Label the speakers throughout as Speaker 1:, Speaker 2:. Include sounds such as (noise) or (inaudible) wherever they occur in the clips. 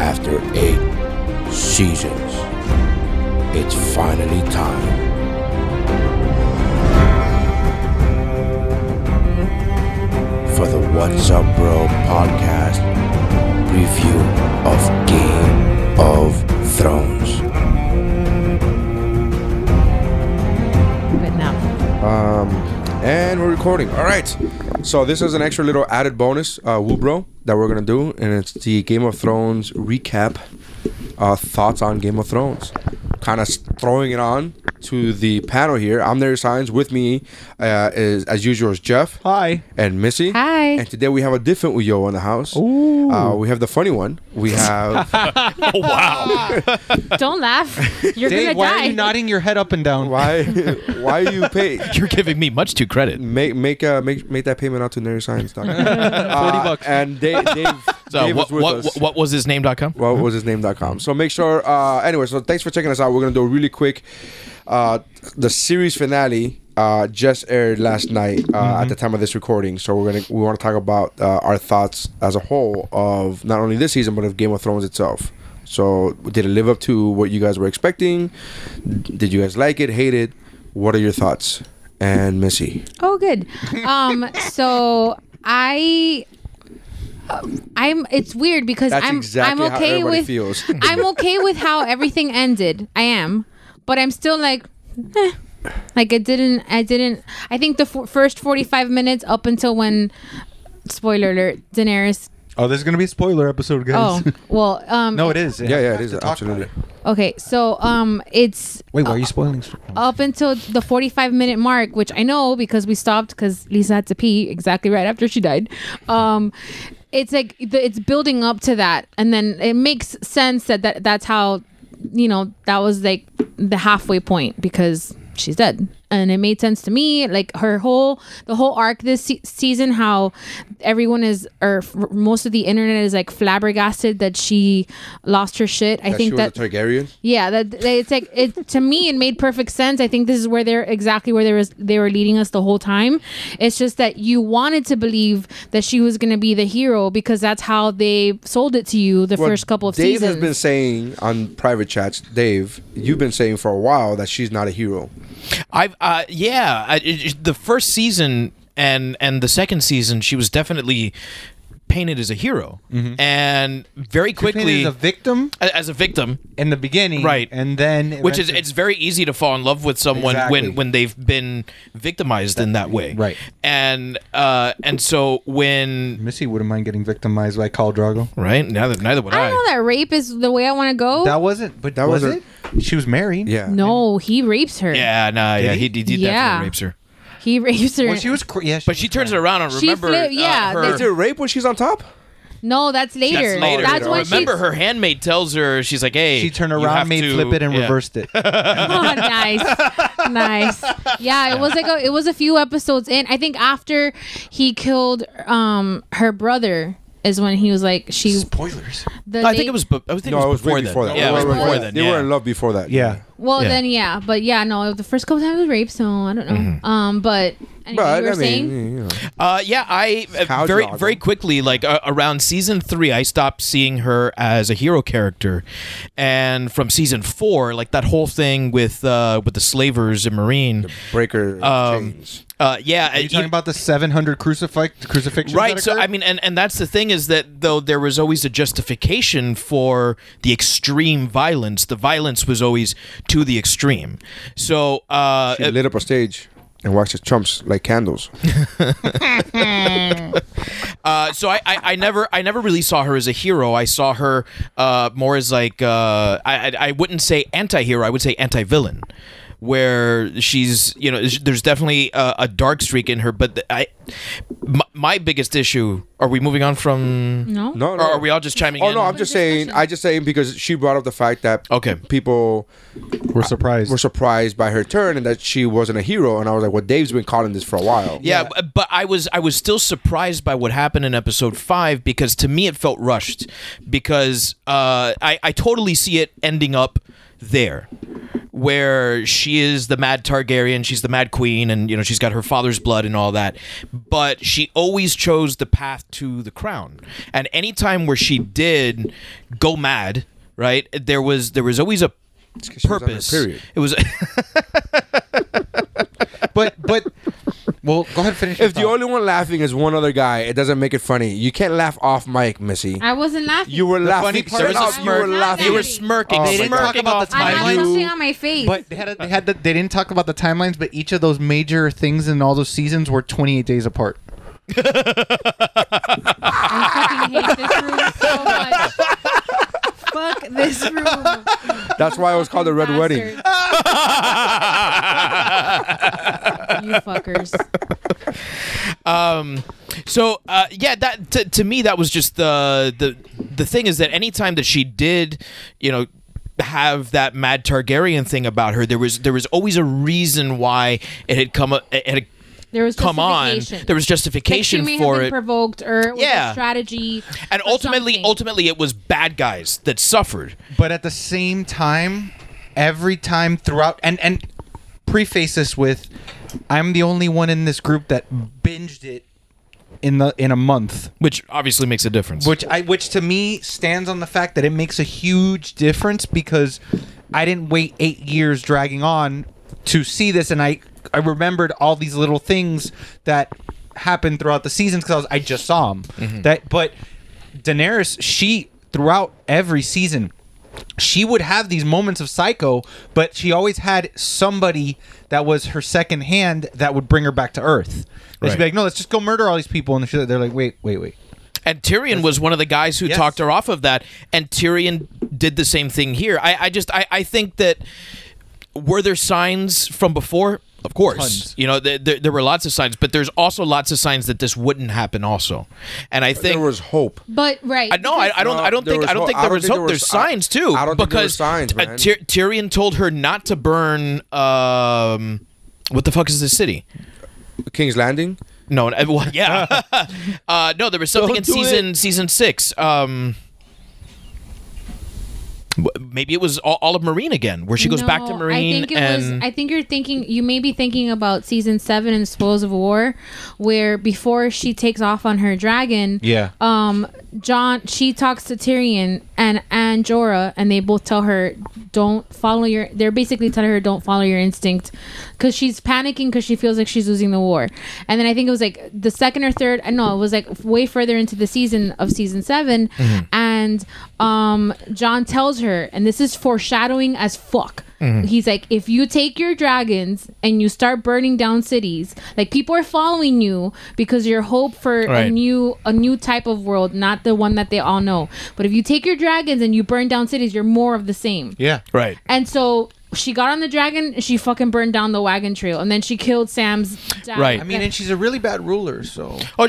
Speaker 1: After eight seasons, it's finally time. For the What's Up Bro podcast review of Game of Thrones.
Speaker 2: But
Speaker 3: (laughs)
Speaker 2: now,
Speaker 1: And we're recording. All right. So this is an extra little added bonus, uh, Woobro, that we're gonna do, and it's the Game of Thrones recap, uh, thoughts on Game of Thrones, kind of throwing it on to the panel here. I'm their signs. With me uh, is, as usual, is Jeff.
Speaker 3: Hi.
Speaker 1: And Missy.
Speaker 2: Hi.
Speaker 1: And today we have a different Uyo in the house. Ooh. Uh, we have the funny one. We have.
Speaker 2: don't laugh. You're gonna
Speaker 3: Dave, why
Speaker 2: die.
Speaker 3: are you nodding your head up and
Speaker 1: (laughs)
Speaker 3: down?
Speaker 1: why? Why you pay?
Speaker 4: (laughs) You're giving me much too credit.
Speaker 1: Make make uh make make that payment out to neuroscience doctor. Forty
Speaker 3: bucks.
Speaker 1: And Dave, Dave,
Speaker 4: So
Speaker 1: Dave
Speaker 4: what,
Speaker 1: is with
Speaker 4: what,
Speaker 1: us.
Speaker 4: what, was his name.com?
Speaker 1: what was his name.com. So make sure. Uh, anyway, so thanks for checking us out. We're gonna do a really quick. Uh, the series finale uh, just aired last night uh, at the time of this recording. So we're gonna we want to talk about uh, our thoughts as a whole of not only this season but of Game of Thrones itself. So did it live up to what you guys were expecting? Did you guys like it? Hate it? What are your thoughts? And Missy,
Speaker 2: Oh, good. Um, so I, I'm. It's weird because
Speaker 1: that's
Speaker 2: I'm.
Speaker 1: exactly
Speaker 2: I'm
Speaker 1: how
Speaker 2: okay
Speaker 1: everybody
Speaker 2: with.
Speaker 1: feels.
Speaker 2: (laughs) I'm okay with how everything ended. I am, but I'm still like, eh. like it didn't. I didn't. I think the f- first 45 minutes up until when, spoiler alert, Daenerys.
Speaker 3: Oh, this is gonna be a spoiler episode,
Speaker 2: Oh
Speaker 3: (laughs) guys.
Speaker 2: well. Um,
Speaker 3: no, it is.
Speaker 1: yeah, yeah,
Speaker 3: Have
Speaker 1: it is
Speaker 3: to talk
Speaker 1: absolutely.
Speaker 3: about
Speaker 2: Okay, so um, it's
Speaker 3: it. Wait, why are you spoiling?
Speaker 2: up until the 45 minute mark which i know because we stopped because lisa had to pee exactly right after she died um it's like the, it's building up to that and then it makes sense that, that that's how you know that was like the halfway point because she's dead and it made sense to me like her whole the whole arc this se- season how everyone is or f- most of the internet is like flabbergasted that she lost her shit i
Speaker 1: That she
Speaker 2: think
Speaker 1: was
Speaker 2: that
Speaker 1: a Targaryen.
Speaker 2: yeah, that that- it's like it to me. It made perfect sense. I think this is where they're exactly where they was they were leading us the whole time. It's just that you wanted to believe that she was going to be the hero because that's how they sold it to you the
Speaker 1: Well,
Speaker 2: first couple of
Speaker 1: Dave
Speaker 2: seasons.
Speaker 1: has been saying on private chats, Dave, you've been saying for a while that she's not a hero.
Speaker 4: I've uh, yeah, I, it- it- the first season and and the second season, she was definitely painted as a hero
Speaker 3: Mm-hmm.
Speaker 4: and very quickly
Speaker 3: Quickly, a victim
Speaker 4: a- as a victim,
Speaker 3: in the beginning,
Speaker 4: right?
Speaker 3: And then,
Speaker 4: which is
Speaker 3: eventually-
Speaker 4: it's very easy to fall in love with someone
Speaker 3: Exactly.
Speaker 4: when when they've been victimized in that way,
Speaker 3: Right.
Speaker 4: And uh, and so when
Speaker 3: Missy wouldn't mind getting victimized by Khal Drago.
Speaker 4: right neither neither would
Speaker 2: I
Speaker 4: I.
Speaker 2: don't know that rape is the way I want to go.
Speaker 3: That wasn't, but
Speaker 1: That
Speaker 3: was
Speaker 1: wasn't-
Speaker 3: it? She was married.
Speaker 1: Yeah.
Speaker 2: no, he rapes her.
Speaker 4: yeah, nah, yeah,
Speaker 3: he?
Speaker 4: he, he, he
Speaker 2: Yeah.
Speaker 4: definitely rapes her.
Speaker 2: he (laughs) rapes her.
Speaker 3: Well, she was. Cr- yeah,
Speaker 4: But she
Speaker 3: was
Speaker 4: turns it
Speaker 3: crying.
Speaker 4: around and
Speaker 2: She
Speaker 4: remember.
Speaker 2: flipped-
Speaker 4: uh,
Speaker 2: yeah,
Speaker 4: her-
Speaker 2: they
Speaker 1: Is it rape when she's on top?
Speaker 2: no, that's later.
Speaker 4: That's later.
Speaker 2: That's when
Speaker 4: Remember,
Speaker 2: she.
Speaker 4: her handmaid tells her she's like, "Hey,
Speaker 3: She turned
Speaker 4: you have
Speaker 3: around, made
Speaker 4: to-
Speaker 3: flip it, and
Speaker 4: yeah.
Speaker 3: reversed it.
Speaker 2: (laughs) Oh, nice, nice. Yeah, it was like a, it was a few episodes in. I think after he killed um her brother is when he was like she.
Speaker 3: (laughs) Spoilers.
Speaker 2: The
Speaker 4: No, I think
Speaker 2: date-
Speaker 4: it was. bu- I think
Speaker 1: No,
Speaker 4: it
Speaker 1: it
Speaker 4: was
Speaker 1: was way
Speaker 4: before,
Speaker 1: before that.
Speaker 4: Yeah, it was
Speaker 1: They were-
Speaker 4: before
Speaker 1: they
Speaker 4: then.
Speaker 1: They
Speaker 4: yeah.
Speaker 1: were in love before that.
Speaker 3: Yeah.
Speaker 2: Well,
Speaker 4: Yeah.
Speaker 2: then yeah, but yeah, no, the first couple times was rape, so I don't know.
Speaker 4: Mm-hmm.
Speaker 2: Um, but anyway,
Speaker 1: But,
Speaker 2: you were
Speaker 1: I
Speaker 2: saying
Speaker 1: mean, you know.
Speaker 4: Uh, yeah, I uh,
Speaker 1: Cow
Speaker 4: very
Speaker 1: dog.
Speaker 4: very quickly like uh, around season three, I stopped seeing her as a hero character, and from season four, like that whole thing with uh, with the slavers and marine.
Speaker 1: breaker
Speaker 4: Um,
Speaker 1: chains.
Speaker 4: Uh, yeah,
Speaker 3: Are you
Speaker 4: uh,
Speaker 3: talking
Speaker 4: e-
Speaker 3: about the 700 crucifix crucifixions?
Speaker 4: right
Speaker 3: that
Speaker 4: so i
Speaker 3: occurred?
Speaker 4: mean and, and that's the thing is that though there was always a justification for the extreme violence the violence was always to the extreme so uh,
Speaker 1: She lit up a stage and waxed her chumps like
Speaker 4: (laughs)
Speaker 1: candles.
Speaker 4: uh, so I, I, I never i never really saw her as a hero i saw her uh, more as like uh, I, I I wouldn't say anti-hero i would say anti-villain where she's you know sh- there's definitely a, a dark streak in her but the- I my, my biggest issue are we moving on from
Speaker 2: no,
Speaker 1: No,
Speaker 4: or
Speaker 1: no.
Speaker 4: are we all just chiming
Speaker 1: Oh
Speaker 4: in
Speaker 1: no! I'm just saying. I just saying because she brought up the fact that
Speaker 4: Okay.
Speaker 1: people
Speaker 3: we're surprised.
Speaker 1: were surprised by her turn and that she wasn't a hero. And I was like, "Well, Dave's been calling this for a while."
Speaker 4: Yeah, b- but I was I was still surprised by what happened in episode five because to me it felt rushed because uh, I I totally see it ending up there where she is the mad Targaryen, she's the mad queen, and you know she's got her father's blood and all that. But she always chose the path to the crown, and anytime where she did go mad, right, there was there was always a
Speaker 1: 'cause she was under
Speaker 4: purpose.
Speaker 1: period.
Speaker 4: It was.
Speaker 3: But but well, go ahead and finish. your
Speaker 1: If the
Speaker 3: thought.
Speaker 1: only one laughing is one other guy, it doesn't make it funny. You can't laugh off mic, Missy.
Speaker 2: I wasn't laughing.
Speaker 1: You were
Speaker 4: (laughs)
Speaker 3: funny
Speaker 1: laughing.
Speaker 3: part
Speaker 1: Shut
Speaker 4: There was
Speaker 1: up,
Speaker 4: a
Speaker 1: you were
Speaker 4: smirk.
Speaker 1: laughing.
Speaker 4: They were smirking.
Speaker 1: Oh
Speaker 4: they
Speaker 1: my
Speaker 4: didn't
Speaker 1: God.
Speaker 4: talk about the
Speaker 2: I had
Speaker 4: timeline.
Speaker 2: something on my face.
Speaker 3: But they had, a, they had the, they didn't talk about the timelines, but each of those major things in all those seasons were 28 days apart.
Speaker 2: I fucking hate this room so much. Fuck this room.
Speaker 1: That's why it was called the Red Wedding.
Speaker 2: Bastards. you fuckers.
Speaker 4: um so uh yeah that to, to me that was just the the the thing is that anytime that she did you know have that mad Targaryen thing about her there was there was always a reason why it had come up it had
Speaker 2: There was
Speaker 4: come on
Speaker 2: justification.
Speaker 4: there was
Speaker 2: Like, she
Speaker 4: justification
Speaker 2: may have
Speaker 4: for
Speaker 2: been
Speaker 4: it
Speaker 2: provoked or it was
Speaker 4: Yeah.
Speaker 2: a strategy
Speaker 4: and
Speaker 2: or
Speaker 4: ultimately
Speaker 2: something.
Speaker 4: ultimately it was bad guys that suffered
Speaker 3: But at the same time, every time throughout, and and preface this with, I'm the only one in this group that binged it in the in a month,
Speaker 4: which obviously makes a difference
Speaker 3: which I which to me stands on the fact that it makes a huge difference because I didn't wait eight years dragging on to see this, and I I remembered all these little things that happened throughout the seasons because I, was- I just saw them. That but Daenerys she throughout every season she would have these moments of psycho, but she always had somebody that was her second hand that would bring her back to Earth. They'd just be
Speaker 4: Right.
Speaker 3: like, "No, let's just go murder all these people," and she- they're like, "Wait, wait, wait."
Speaker 4: And Tyrion was one of the guys who
Speaker 3: Yes.
Speaker 4: talked her off of that. And Tyrion did the same thing here. I, I just I, I think that were there signs from before? Of course,
Speaker 3: Tons.
Speaker 4: you know there, there, there were lots of signs, but there's also lots of signs that this wouldn't happen. Also, and I think
Speaker 1: There was hope.
Speaker 2: But right.
Speaker 4: I, no, I, I don't.
Speaker 1: No,
Speaker 4: I don't
Speaker 1: there
Speaker 4: think.
Speaker 1: was
Speaker 4: I don't
Speaker 1: no-
Speaker 4: think
Speaker 1: I
Speaker 4: there
Speaker 1: don't
Speaker 4: was
Speaker 1: think
Speaker 4: hope.
Speaker 1: there
Speaker 4: There's
Speaker 1: was- I-
Speaker 4: signs too.
Speaker 1: I don't think there
Speaker 4: because
Speaker 1: was signs,
Speaker 4: uh,
Speaker 1: man.
Speaker 4: Tyr- Tyrion told her not to burn. Um, what the fuck is this city?
Speaker 1: King's Landing.
Speaker 4: No, uh, well,
Speaker 1: (laughs)
Speaker 4: yeah. (laughs) uh, no, there was something
Speaker 1: Don't
Speaker 4: in
Speaker 1: do
Speaker 4: season season six. Um, w- maybe it was all, all of Marine again, where she goes back to
Speaker 2: No,
Speaker 4: Marine
Speaker 2: I think it
Speaker 4: and
Speaker 2: was. I think you're thinking. You may be thinking about season seven in Spoils of War, where before she takes off on her dragon.
Speaker 3: Yeah.
Speaker 2: Um, John. She talks to Tyrion and and Jorah, and they both tell her, "Don't follow your." They're basically telling her, "Don't follow your instinct," because she's panicking because she feels like she's losing the war. And then I think it was like the second or third. I know it was like way further into the season of season 7 and um, John tells her, and this is foreshadowing as fuck. He's like, if you take your dragons and you start burning down cities, like people are following you because your hope for a
Speaker 4: Right.
Speaker 2: new a new type of world, not the one that they all know. But if you take your dragons and you burn down cities, you're more of the same.
Speaker 3: Yeah.
Speaker 4: right.
Speaker 2: And so she got on the dragon and she fucking burned down the wagon trail and then she killed Sam's dad.
Speaker 4: Right.
Speaker 3: I mean, and she's a really bad ruler, so
Speaker 4: Oh, uh,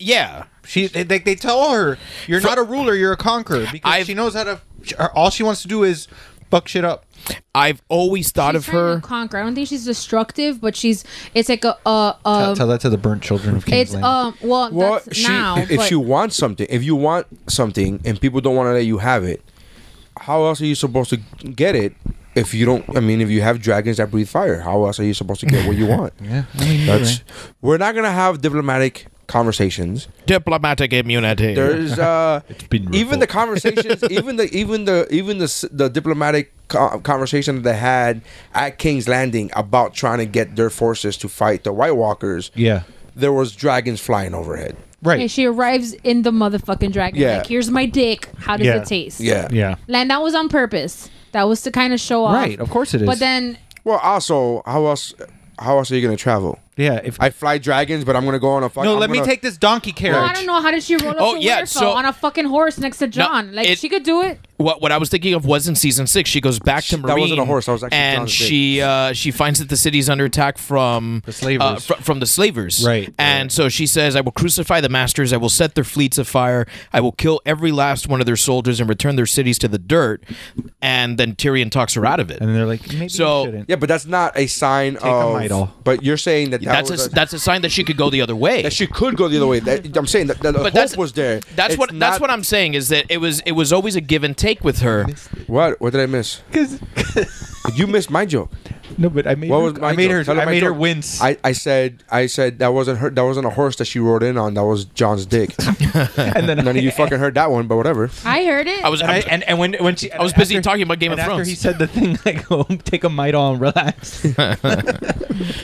Speaker 4: yeah.
Speaker 3: she they, they, they tell her you're not a ruler, you're a conqueror because
Speaker 4: I've-
Speaker 3: she knows how to. sh- her- All she wants to do is fuck shit up.
Speaker 2: Uh,
Speaker 4: I've always thought
Speaker 2: she's
Speaker 4: of her.
Speaker 2: trying to conquer. I don't think she's destructive, but she's it's like a a,
Speaker 3: tell,
Speaker 2: a
Speaker 3: tell that to the burnt children of King's
Speaker 2: it's
Speaker 3: Landing.
Speaker 2: um well,
Speaker 1: Well,
Speaker 2: that's
Speaker 1: she,
Speaker 2: now
Speaker 1: if
Speaker 2: but-
Speaker 1: you want something, if you want something, and people don't want to let you have it, how else are you supposed to get it? If you don't, I mean, if you have dragons that breathe fire, how else are you supposed to get what you want?
Speaker 3: yeah, I mean, you're
Speaker 1: That's
Speaker 3: right.
Speaker 1: we're not gonna have diplomatic conversations.
Speaker 4: Diplomatic immunity.
Speaker 1: There's uh,
Speaker 5: been
Speaker 1: even
Speaker 5: reported.
Speaker 1: the conversations, even the even the even the s- the diplomatic co- conversation that they had at King's Landing about trying to get their forces to fight the White Walkers.
Speaker 3: yeah,
Speaker 1: There was dragons flying overhead.
Speaker 3: right.
Speaker 2: Okay, she arrives in the motherfucking dragon.
Speaker 1: Yeah.
Speaker 2: Like, here's my dick. How does
Speaker 3: Yeah.
Speaker 2: it taste?
Speaker 1: Yeah,
Speaker 3: yeah,
Speaker 2: And that was on purpose. That was to kind of show off.
Speaker 3: Right, of course it is.
Speaker 2: But then
Speaker 1: Well, also, how else? How else are you gonna travel?
Speaker 3: yeah. If
Speaker 1: I fly dragons, but I'm gonna go on a fucking.
Speaker 3: no, let me take this donkey carriage.
Speaker 2: well, I don't know how did she roll up
Speaker 4: Oh,
Speaker 2: to
Speaker 4: yeah,
Speaker 2: Winterfell
Speaker 4: so-
Speaker 2: on a fucking horse next to John? like
Speaker 4: it-
Speaker 2: she could do it.
Speaker 4: what what I was thinking of was in season six. She goes back to
Speaker 1: That
Speaker 4: Marine.
Speaker 1: wasn't a horse, that was actually
Speaker 4: and
Speaker 1: John's dick.
Speaker 4: she uh, she finds that the city's under attack from
Speaker 3: The slavers.
Speaker 4: uh, fr- from the slavers.
Speaker 3: Right.
Speaker 4: And so she says, "I will crucify the masters. I will set their fleets afire. I will kill every last one of their soldiers and return their cities to the dirt." And then Tyrion talks her out of it.
Speaker 3: And they're like, maybe
Speaker 4: So-
Speaker 3: you shouldn't.
Speaker 1: Yeah, but that's not a sign of.
Speaker 3: idol.
Speaker 1: But you're saying that, that
Speaker 4: that's
Speaker 1: was
Speaker 4: a, that's a sign that she could go the other way.
Speaker 1: that she could go the other way. That, I'm saying that, that the
Speaker 4: but
Speaker 1: hope
Speaker 4: that's
Speaker 1: was there.
Speaker 4: That's
Speaker 1: It's
Speaker 4: what that's
Speaker 1: not-
Speaker 4: what I'm saying is that it was it was always a give and take with her.
Speaker 1: What? What did I miss?
Speaker 3: Because
Speaker 1: You missed my joke.
Speaker 3: no, but I made
Speaker 1: What
Speaker 3: her,
Speaker 1: was my
Speaker 3: I made
Speaker 1: joke? Tell
Speaker 3: her
Speaker 1: him
Speaker 3: I
Speaker 1: my
Speaker 3: made her
Speaker 1: joke.
Speaker 3: wince.
Speaker 1: I, I said I said that wasn't her that wasn't a horse that she rode in on that was John's dick.
Speaker 3: (laughs) and then
Speaker 1: None of you fucking heard that one, but whatever.
Speaker 2: I heard it.
Speaker 4: I was
Speaker 3: And, I,
Speaker 4: I,
Speaker 3: and, and when when she,
Speaker 4: I was busy talking about Game
Speaker 3: and
Speaker 4: of
Speaker 3: after
Speaker 4: Thrones.
Speaker 3: he said the thing, (laughs) I go take a mite on, relax.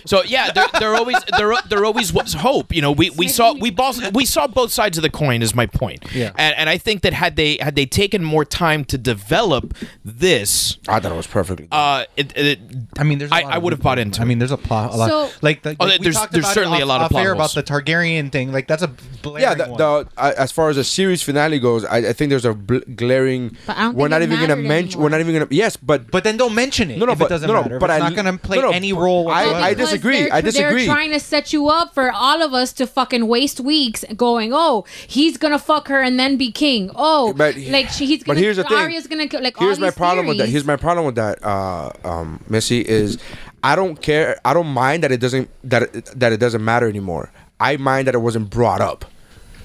Speaker 4: So yeah, there, there always there there always was hope. You know, we, we saw
Speaker 2: (laughs)
Speaker 4: we both, we saw both sides of the coin. Is my point.
Speaker 3: Yeah.
Speaker 4: And, and I think that had they had they taken more time to develop this,
Speaker 1: I thought it was perfectly.
Speaker 4: uh, it, it,
Speaker 3: I mean, there's. a
Speaker 4: I-
Speaker 3: lot
Speaker 4: I
Speaker 3: of
Speaker 4: would've bought
Speaker 3: movement.
Speaker 4: into
Speaker 3: I
Speaker 4: it.
Speaker 3: mean, there's a plot. A lot.
Speaker 2: So-
Speaker 3: like, like,
Speaker 4: Oh,
Speaker 3: like, we
Speaker 4: there's-
Speaker 3: talked
Speaker 4: there's
Speaker 3: about it
Speaker 4: certainly a
Speaker 3: off-
Speaker 4: lot of
Speaker 3: off
Speaker 4: plot
Speaker 3: air about
Speaker 4: holes.
Speaker 3: the Targaryen thing. Like that's a blaring
Speaker 1: yeah, the,
Speaker 3: one.
Speaker 1: the, I, as far as the series finale goes, I, I think there's a bl- glaring.
Speaker 2: But I don't
Speaker 1: we're
Speaker 2: think
Speaker 1: not
Speaker 2: it
Speaker 1: even gonna
Speaker 2: mattered
Speaker 1: mention. We're not even gonna. Yes, but
Speaker 3: But then don't mention it.
Speaker 1: No, no,
Speaker 3: if
Speaker 1: but-
Speaker 3: it doesn't
Speaker 1: no, no,
Speaker 3: matter.
Speaker 1: but
Speaker 3: But it's
Speaker 1: I-
Speaker 3: not going to play
Speaker 1: no, no,
Speaker 3: any
Speaker 1: but
Speaker 3: role.
Speaker 1: I-
Speaker 3: whatsoever.
Speaker 2: Well, because
Speaker 1: disagree.
Speaker 2: They're,
Speaker 1: I
Speaker 2: They're
Speaker 1: disagree.
Speaker 2: trying to set you up for all of us to fucking waste weeks going, oh, he's gonna fuck her and then be king. Oh,
Speaker 1: But-
Speaker 2: like she, he's
Speaker 1: but
Speaker 2: gonna,
Speaker 1: here's the thing.
Speaker 2: Arya's gonna kill- like.
Speaker 1: here's
Speaker 2: all
Speaker 1: my
Speaker 2: these
Speaker 1: problem with that.
Speaker 2: theories.
Speaker 1: Here's my problem with that, uh, um, Missy is, I don't care. I don't mind that it doesn't that it, that it doesn't matter anymore. I mind that it wasn't brought up.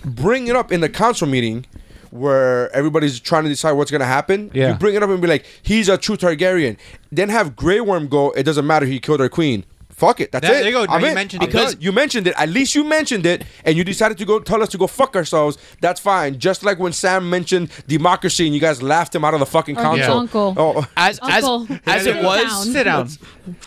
Speaker 1: Bring it up in the council meeting. Where everybody's trying to decide what's gonna happen,
Speaker 3: Yeah.
Speaker 1: you bring it up and be like, "He's a true Targaryen." Then have Grey Worm go. It doesn't matter. He killed our queen. Fuck it. That's
Speaker 3: There-
Speaker 1: it.
Speaker 3: there you go. Now
Speaker 1: I'm
Speaker 3: you
Speaker 1: in.
Speaker 3: mentioned
Speaker 1: I'm
Speaker 3: it.
Speaker 1: done.
Speaker 3: Because-
Speaker 1: you mentioned it. At least you mentioned it, and you decided to go tell us to go fuck ourselves. That's fine. Just like when Sam mentioned democracy, and you guys laughed him out of the fucking
Speaker 2: Or
Speaker 1: console.
Speaker 2: uncle.
Speaker 1: Oh,
Speaker 4: as as
Speaker 2: Uncle,
Speaker 4: as
Speaker 2: sit
Speaker 4: it was
Speaker 2: down.
Speaker 3: Sit down.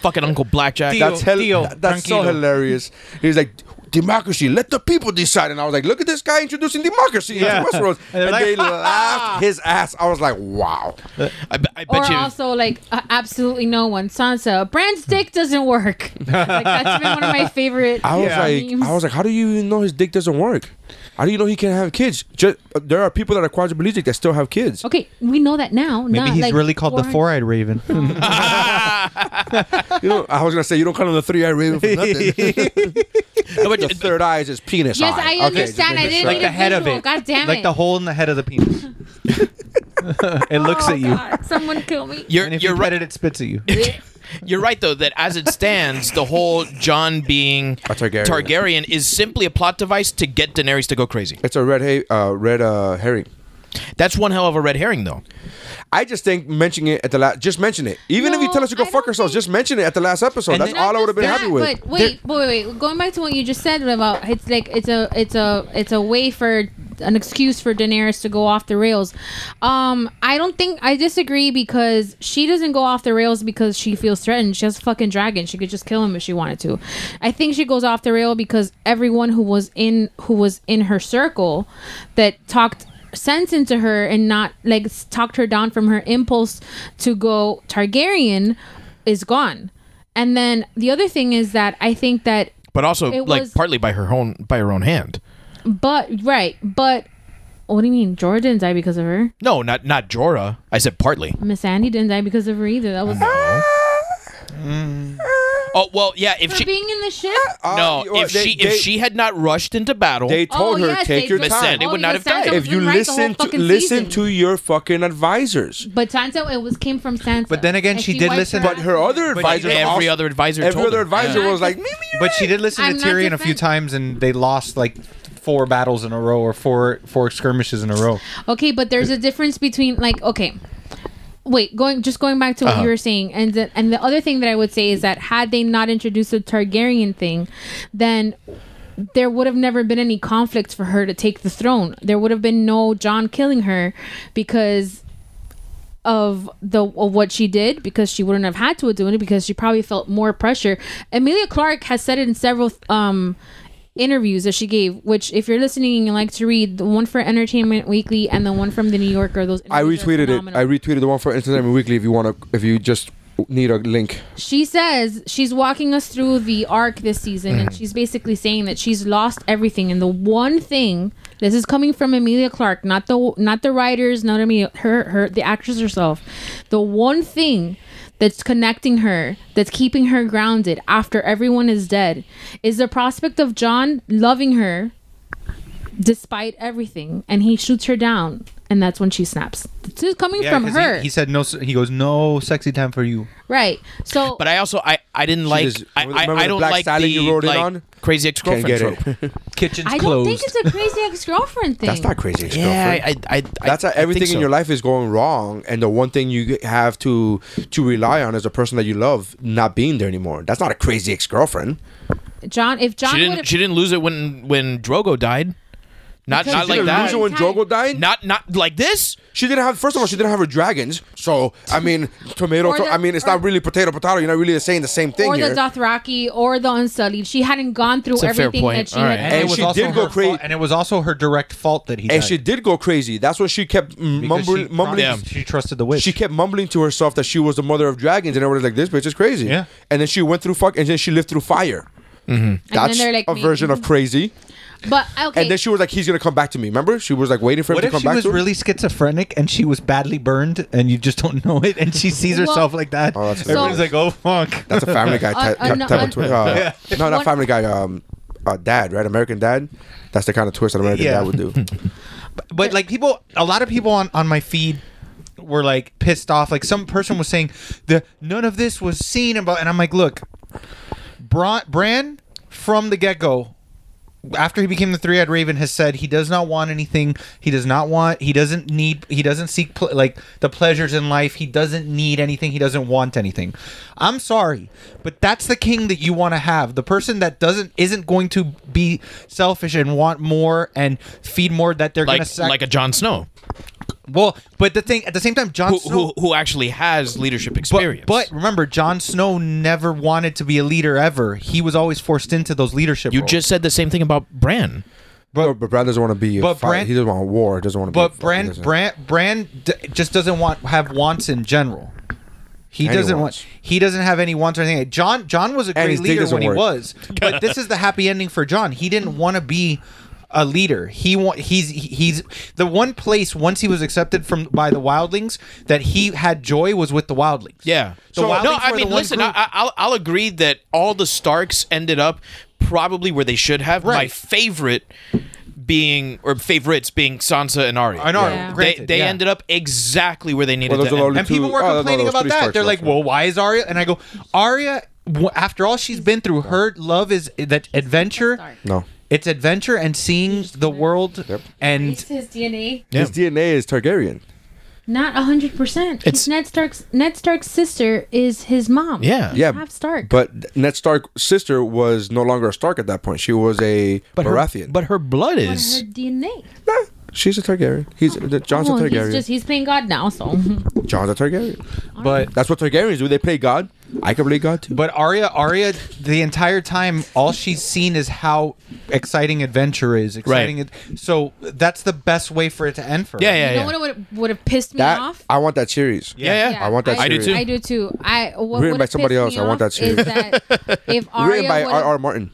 Speaker 4: fucking Uncle Blackjack.
Speaker 3: Deal.
Speaker 1: that's hell.
Speaker 3: Deal.
Speaker 1: that- that's so
Speaker 3: Tranquilo.
Speaker 1: hilarious. He's like. Democracy, let the people decide. And I was like, look at this guy introducing democracy
Speaker 3: Yeah.
Speaker 1: into Westeros.
Speaker 3: (laughs) And they're
Speaker 1: And,
Speaker 3: like,
Speaker 1: they laughed his ass. I was like, wow.
Speaker 4: I, be- I
Speaker 2: Or
Speaker 4: bet you.
Speaker 2: also like uh, absolutely no one. Sansa, Bran's dick doesn't work. (laughs) like that's been one of my favorite.
Speaker 1: I was
Speaker 3: Yeah.
Speaker 1: like,
Speaker 2: memes.
Speaker 1: I was like, how do you even know his dick doesn't work? How do you know he can't have kids? Just, there are people that are quadriplegic that still have kids.
Speaker 2: okay, we know that now.
Speaker 3: Maybe he's really called the
Speaker 2: four. (laughs)
Speaker 3: four-eyed raven.
Speaker 1: You know, I was gonna say you don't call him the three eyed raven for nothing.
Speaker 4: (laughs) No, but-
Speaker 1: the third eye is his penis.
Speaker 2: Yes,
Speaker 1: eye.
Speaker 2: I
Speaker 1: Okay, just
Speaker 2: understand.
Speaker 1: make
Speaker 2: I
Speaker 1: it
Speaker 2: didn't
Speaker 1: straight.
Speaker 3: like the head of
Speaker 2: visual,
Speaker 3: it.
Speaker 2: God damn
Speaker 3: Like
Speaker 2: it.
Speaker 3: the hole in the head of
Speaker 2: (laughs)
Speaker 3: the penis. (laughs) it looks at you,
Speaker 2: Oh, Someone kill me.
Speaker 4: you're,
Speaker 3: and if
Speaker 4: you're
Speaker 3: you pet
Speaker 4: right.
Speaker 3: it, it spits at you.
Speaker 4: You're right, though, that
Speaker 2: (laughs)
Speaker 4: as it stands, the whole John being
Speaker 1: A Targaryen.
Speaker 4: Targaryen is simply a plot device to get Daenerys to go crazy.
Speaker 1: It's a red hay, uh, red uh, herring.
Speaker 4: That's one hell of a red herring, though.
Speaker 1: I just think mentioning it at the last, just mention it. Even if you
Speaker 2: No,
Speaker 1: tell us to go
Speaker 2: I
Speaker 1: fuck
Speaker 2: don't
Speaker 1: ourselves,
Speaker 2: think-
Speaker 1: just mention it at the last episode.
Speaker 3: And
Speaker 1: That's
Speaker 3: then-
Speaker 1: all I would have been
Speaker 2: Not
Speaker 1: happy with.
Speaker 2: But wait, but wait, wait, going back to what you just said about it's like it's a it's a it's a way for an excuse for Daenerys to go off the rails. Um, I don't think I disagree because she doesn't go off the rails because she feels threatened. She has a fucking dragon. She could just kill him if she wanted to. I think she goes off the rail because everyone who was in who was in her circle that talked sense into her and not like s- talked her down from her impulse to go Targaryen is gone. And then the other thing is that I think that,
Speaker 4: But also,
Speaker 2: It
Speaker 4: like,
Speaker 2: was-
Speaker 4: partly by her own by her own hand.
Speaker 2: but right, but oh, what do you mean? Jorah didn't die because of her.
Speaker 4: No, not not Jorah. I said partly.
Speaker 2: Miss Andy didn't die because of her either. That was
Speaker 4: Oh well, yeah. If
Speaker 2: for
Speaker 4: she
Speaker 2: being in the ship.
Speaker 1: Uh,
Speaker 4: no,
Speaker 1: well,
Speaker 4: if
Speaker 1: they-
Speaker 4: she
Speaker 1: they-
Speaker 4: if she had not rushed into battle,
Speaker 1: they told her
Speaker 2: Oh, yes,
Speaker 1: take
Speaker 2: they
Speaker 1: your
Speaker 2: did.
Speaker 4: Miss
Speaker 1: time.
Speaker 4: Sandy would
Speaker 2: Oh,
Speaker 4: not
Speaker 2: because
Speaker 4: have died.
Speaker 2: Sansa
Speaker 1: If
Speaker 2: was
Speaker 1: you
Speaker 2: right the whole
Speaker 1: listen to
Speaker 2: fucking
Speaker 1: listen
Speaker 2: season.
Speaker 1: to your fucking advisors.
Speaker 2: but Sansa, it was came from Sansa.
Speaker 3: But then again,
Speaker 2: And
Speaker 3: she did
Speaker 2: wiped
Speaker 3: listen-
Speaker 1: But her
Speaker 2: ass.
Speaker 1: other
Speaker 3: But
Speaker 1: advisor,
Speaker 4: every
Speaker 1: also-
Speaker 4: other advisor
Speaker 1: every
Speaker 4: told
Speaker 1: other
Speaker 4: her.
Speaker 1: advisor
Speaker 2: Yeah.
Speaker 1: was like, maybe you're
Speaker 3: But she did listen
Speaker 2: I'm
Speaker 3: to
Speaker 2: not
Speaker 3: Tyrion a few
Speaker 2: defend-
Speaker 3: times, and they lost like four battles in a row or four four skirmishes in a row.
Speaker 2: Okay, but there's a difference between like okay. Wait, going just going back
Speaker 1: Uh-huh.
Speaker 2: to what you were saying, and the, and the other thing that I would say is that had they not introduced the Targaryen thing, then there would have never been any conflict for her to take the throne. There would have been no John killing her because of the of what she did because she wouldn't have had to do it because she probably felt more pressure. Amelia Clark has said it in several um interviews that she gave, which if you're listening and you like to read, the one for Entertainment Weekly and the one from the New Yorker, those
Speaker 1: I
Speaker 2: interviews are
Speaker 1: retweeted it.
Speaker 2: phenomenal.
Speaker 1: I retweeted the one for Instagram Weekly. If you want to, if you just need a link,
Speaker 2: she says she's walking us through the arc this season
Speaker 3: Mm.
Speaker 2: and she's basically saying that she's lost everything and the one thing this is coming from Amelia Clark not the not the writers not Amelia her her the actress herself the one thing that's connecting her that's keeping her grounded after everyone is dead is the prospect of John loving her despite everything and he shoots her down and that's when she snaps This is coming
Speaker 3: Yeah,
Speaker 2: from
Speaker 3: 'cause he-
Speaker 2: her,
Speaker 3: He, said no. s- He goes no sexy time for you.
Speaker 2: right? So,
Speaker 4: But I also I I didn't like
Speaker 1: is-
Speaker 4: I, I,
Speaker 1: remember
Speaker 4: I
Speaker 1: the
Speaker 4: don't
Speaker 1: black
Speaker 4: like
Speaker 1: salad
Speaker 4: the
Speaker 1: you wrote it
Speaker 4: like,
Speaker 1: on?
Speaker 4: crazy ex
Speaker 1: Can't
Speaker 4: girlfriend
Speaker 1: get
Speaker 4: trope. (laughs)
Speaker 1: it.
Speaker 3: Kitchen's
Speaker 2: I don't
Speaker 3: closed.
Speaker 2: think it's a crazy ex-girlfriend thing.
Speaker 1: That's not crazy. ex-girlfriend.
Speaker 4: Yeah, I, I, I
Speaker 1: That's
Speaker 4: I
Speaker 1: how
Speaker 4: think
Speaker 1: everything
Speaker 4: so.
Speaker 1: in your life is going wrong, and the one thing you have to to rely on is the person that you love not being there anymore. That's not a crazy ex girlfriend.
Speaker 2: John, if John
Speaker 4: She
Speaker 2: would've-
Speaker 4: didn't she didn't lose it when when Drogo died. Not
Speaker 2: Because
Speaker 4: not
Speaker 2: she
Speaker 4: like
Speaker 2: didn't
Speaker 4: that.
Speaker 1: lose it when (laughs)
Speaker 2: Entire-
Speaker 1: Drogo died.
Speaker 4: Not not like this.
Speaker 1: She didn't have. First of all, she didn't have her dragons. So I mean, tomato.
Speaker 2: Or
Speaker 1: to-
Speaker 2: the-
Speaker 1: I mean, it's
Speaker 2: or-
Speaker 1: not really potato potato. You're not really saying the same thing
Speaker 2: or
Speaker 1: here.
Speaker 2: the Dothraki or the Unsullied. She hadn't gone through
Speaker 4: a fair
Speaker 2: everything that
Speaker 4: point.
Speaker 2: she
Speaker 4: All right.
Speaker 2: had.
Speaker 1: And she did
Speaker 3: her
Speaker 1: go crazy.
Speaker 3: fault- And it was also her direct fault that he.
Speaker 1: and
Speaker 3: died.
Speaker 1: she did go crazy. That's what she kept mm,
Speaker 3: Because
Speaker 1: mumbling.
Speaker 3: she
Speaker 1: mumbling
Speaker 3: promised- She trusted the witch.
Speaker 1: She kept mumbling to herself that she was the mother of dragons, and everyone's like, "This bitch is crazy."
Speaker 3: Yeah.
Speaker 1: And then she went through fuck, and then she lived through fire. That's
Speaker 2: they're like, mm-hmm."
Speaker 1: a version of
Speaker 2: "Maybe."
Speaker 1: crazy.
Speaker 2: But uh, okay,
Speaker 1: And then she was like, "He's gonna come back to me." Remember, she was like waiting for him
Speaker 3: What
Speaker 1: to
Speaker 3: if
Speaker 1: come
Speaker 3: she
Speaker 1: back
Speaker 3: was
Speaker 1: to her.
Speaker 3: really schizophrenic and she was badly burned and you just don't (laughs) know it and she sees
Speaker 2: Well-
Speaker 3: herself like that?
Speaker 1: Oh, that's
Speaker 3: Everyone's
Speaker 2: So-
Speaker 3: like, oh fuck.
Speaker 1: That's a Family
Speaker 2: (laughs)
Speaker 1: Guy
Speaker 2: Uh,
Speaker 1: type,
Speaker 2: uh, no,
Speaker 1: type
Speaker 2: uh,
Speaker 1: of twist. Uh, no, not
Speaker 2: One-
Speaker 1: Family Guy. Um, uh, Dad, right? American Dad. That's the kind of twist that American
Speaker 3: Yeah.
Speaker 1: Dad
Speaker 3: (laughs)
Speaker 1: would do.
Speaker 3: But like people, a lot of people on on my feed were like pissed off. Like some person was saying the none of this was seen about, and I'm like, look, Bron, Bran from the get go. After he became the three-eyed raven, has said he does not want anything. He does not want. He doesn't need. He doesn't seek pl- like the pleasures in life. He doesn't need anything. He doesn't want anything. I'm sorry, but that's the king that you want to have. The person that doesn't isn't going to be selfish and want more and feed more. That they're gonna
Speaker 4: Like
Speaker 3: sac-
Speaker 4: like a Jon Snow
Speaker 3: well, but the thing at the same time, Jon
Speaker 4: who,
Speaker 3: Snow.
Speaker 4: who who actually has leadership experience.
Speaker 3: but, but remember, Jon Snow never wanted to be a leader ever. He was always forced into those leadership.
Speaker 4: you
Speaker 3: roles.
Speaker 4: just said the same thing about Bran.
Speaker 1: But, but Brad doesn't want to be. A
Speaker 3: But
Speaker 1: fight.
Speaker 3: Bran-
Speaker 1: he doesn't want war. Doesn't want to. be a
Speaker 3: But
Speaker 1: fight,
Speaker 3: Bran,
Speaker 1: doesn't.
Speaker 3: Bran, Bran d- just doesn't want have wants in general. He
Speaker 1: Any
Speaker 3: doesn't
Speaker 1: wants.
Speaker 3: want. He doesn't have any wants or anything. John, John was a
Speaker 1: And
Speaker 3: great
Speaker 1: his dick
Speaker 3: leader
Speaker 1: doesn't
Speaker 3: when he
Speaker 1: work.
Speaker 3: was, but this is the happy ending for John. He didn't want to be a leader. He want he's he's the one place once he was accepted from by the wildlings that he had joy was with the wildlings.
Speaker 4: Yeah.
Speaker 3: The
Speaker 4: So
Speaker 3: Wildlings
Speaker 4: no, I
Speaker 3: were
Speaker 4: mean,
Speaker 3: the one
Speaker 4: listen,
Speaker 3: group-
Speaker 4: I, I'll I'll agree that all the Starks ended up probably where they should have. My
Speaker 3: Right.
Speaker 4: favorite being or favorites being Sansa and Arya.
Speaker 3: And Arya,
Speaker 2: Yeah.
Speaker 4: they
Speaker 3: granted,
Speaker 4: they
Speaker 3: yeah.
Speaker 4: ended up exactly where they needed
Speaker 1: Well, there's
Speaker 4: to.
Speaker 1: a
Speaker 4: end.
Speaker 1: lot
Speaker 3: and people
Speaker 1: two-
Speaker 3: were
Speaker 1: oh, no,
Speaker 3: complaining
Speaker 1: those
Speaker 3: about
Speaker 1: three
Speaker 3: that.
Speaker 1: Starks
Speaker 3: They're like,
Speaker 1: left, right?
Speaker 3: "Well, why is Arya?" And I go, "Arya, wh- after all she's been through, her love is that adventure.
Speaker 2: Stark.
Speaker 1: No.
Speaker 3: it's adventure and seeing the world.
Speaker 2: it's
Speaker 3: And
Speaker 2: his DNA.
Speaker 4: Yeah.
Speaker 1: His DNA is Targaryen.
Speaker 2: Not hundred percent.
Speaker 4: It's-
Speaker 2: It's Ned Stark's. Ned Stark's sister is his mom.
Speaker 4: Yeah.
Speaker 1: Yeah,
Speaker 2: half Stark.
Speaker 1: But Ned Stark's sister was no longer a Stark at that point. She was a
Speaker 4: But her,
Speaker 1: Baratheon.
Speaker 4: but her blood
Speaker 2: But
Speaker 4: is.
Speaker 2: her DNA.
Speaker 1: Nah, she's a Targaryen. He's the John's
Speaker 2: Oh,
Speaker 1: a
Speaker 2: he's
Speaker 1: Targaryen.
Speaker 2: just he's playing God now. So
Speaker 1: John's a Targaryen.
Speaker 3: but
Speaker 1: That's what Targaryens do. They play God. I can play God too.
Speaker 3: but Arya, Arya, the entire time, all she's seen is how exciting adventure is. Exciting.
Speaker 4: Right.
Speaker 3: ad- So that's the best way for it to end for. her.
Speaker 4: Yeah, yeah,
Speaker 2: you
Speaker 4: yeah.
Speaker 2: know what would would have pissed me
Speaker 1: that
Speaker 2: off.
Speaker 1: I want that series.
Speaker 4: yeah, yeah,
Speaker 1: I want that
Speaker 4: I do
Speaker 1: series.
Speaker 4: too.
Speaker 2: I do too. I what
Speaker 1: Written
Speaker 2: would've
Speaker 1: by somebody
Speaker 2: pissed
Speaker 1: else.
Speaker 2: me
Speaker 1: I want
Speaker 2: off
Speaker 1: that series.
Speaker 2: Is that if Arya
Speaker 1: (laughs) Written by
Speaker 2: would've-
Speaker 1: R. R. Martin.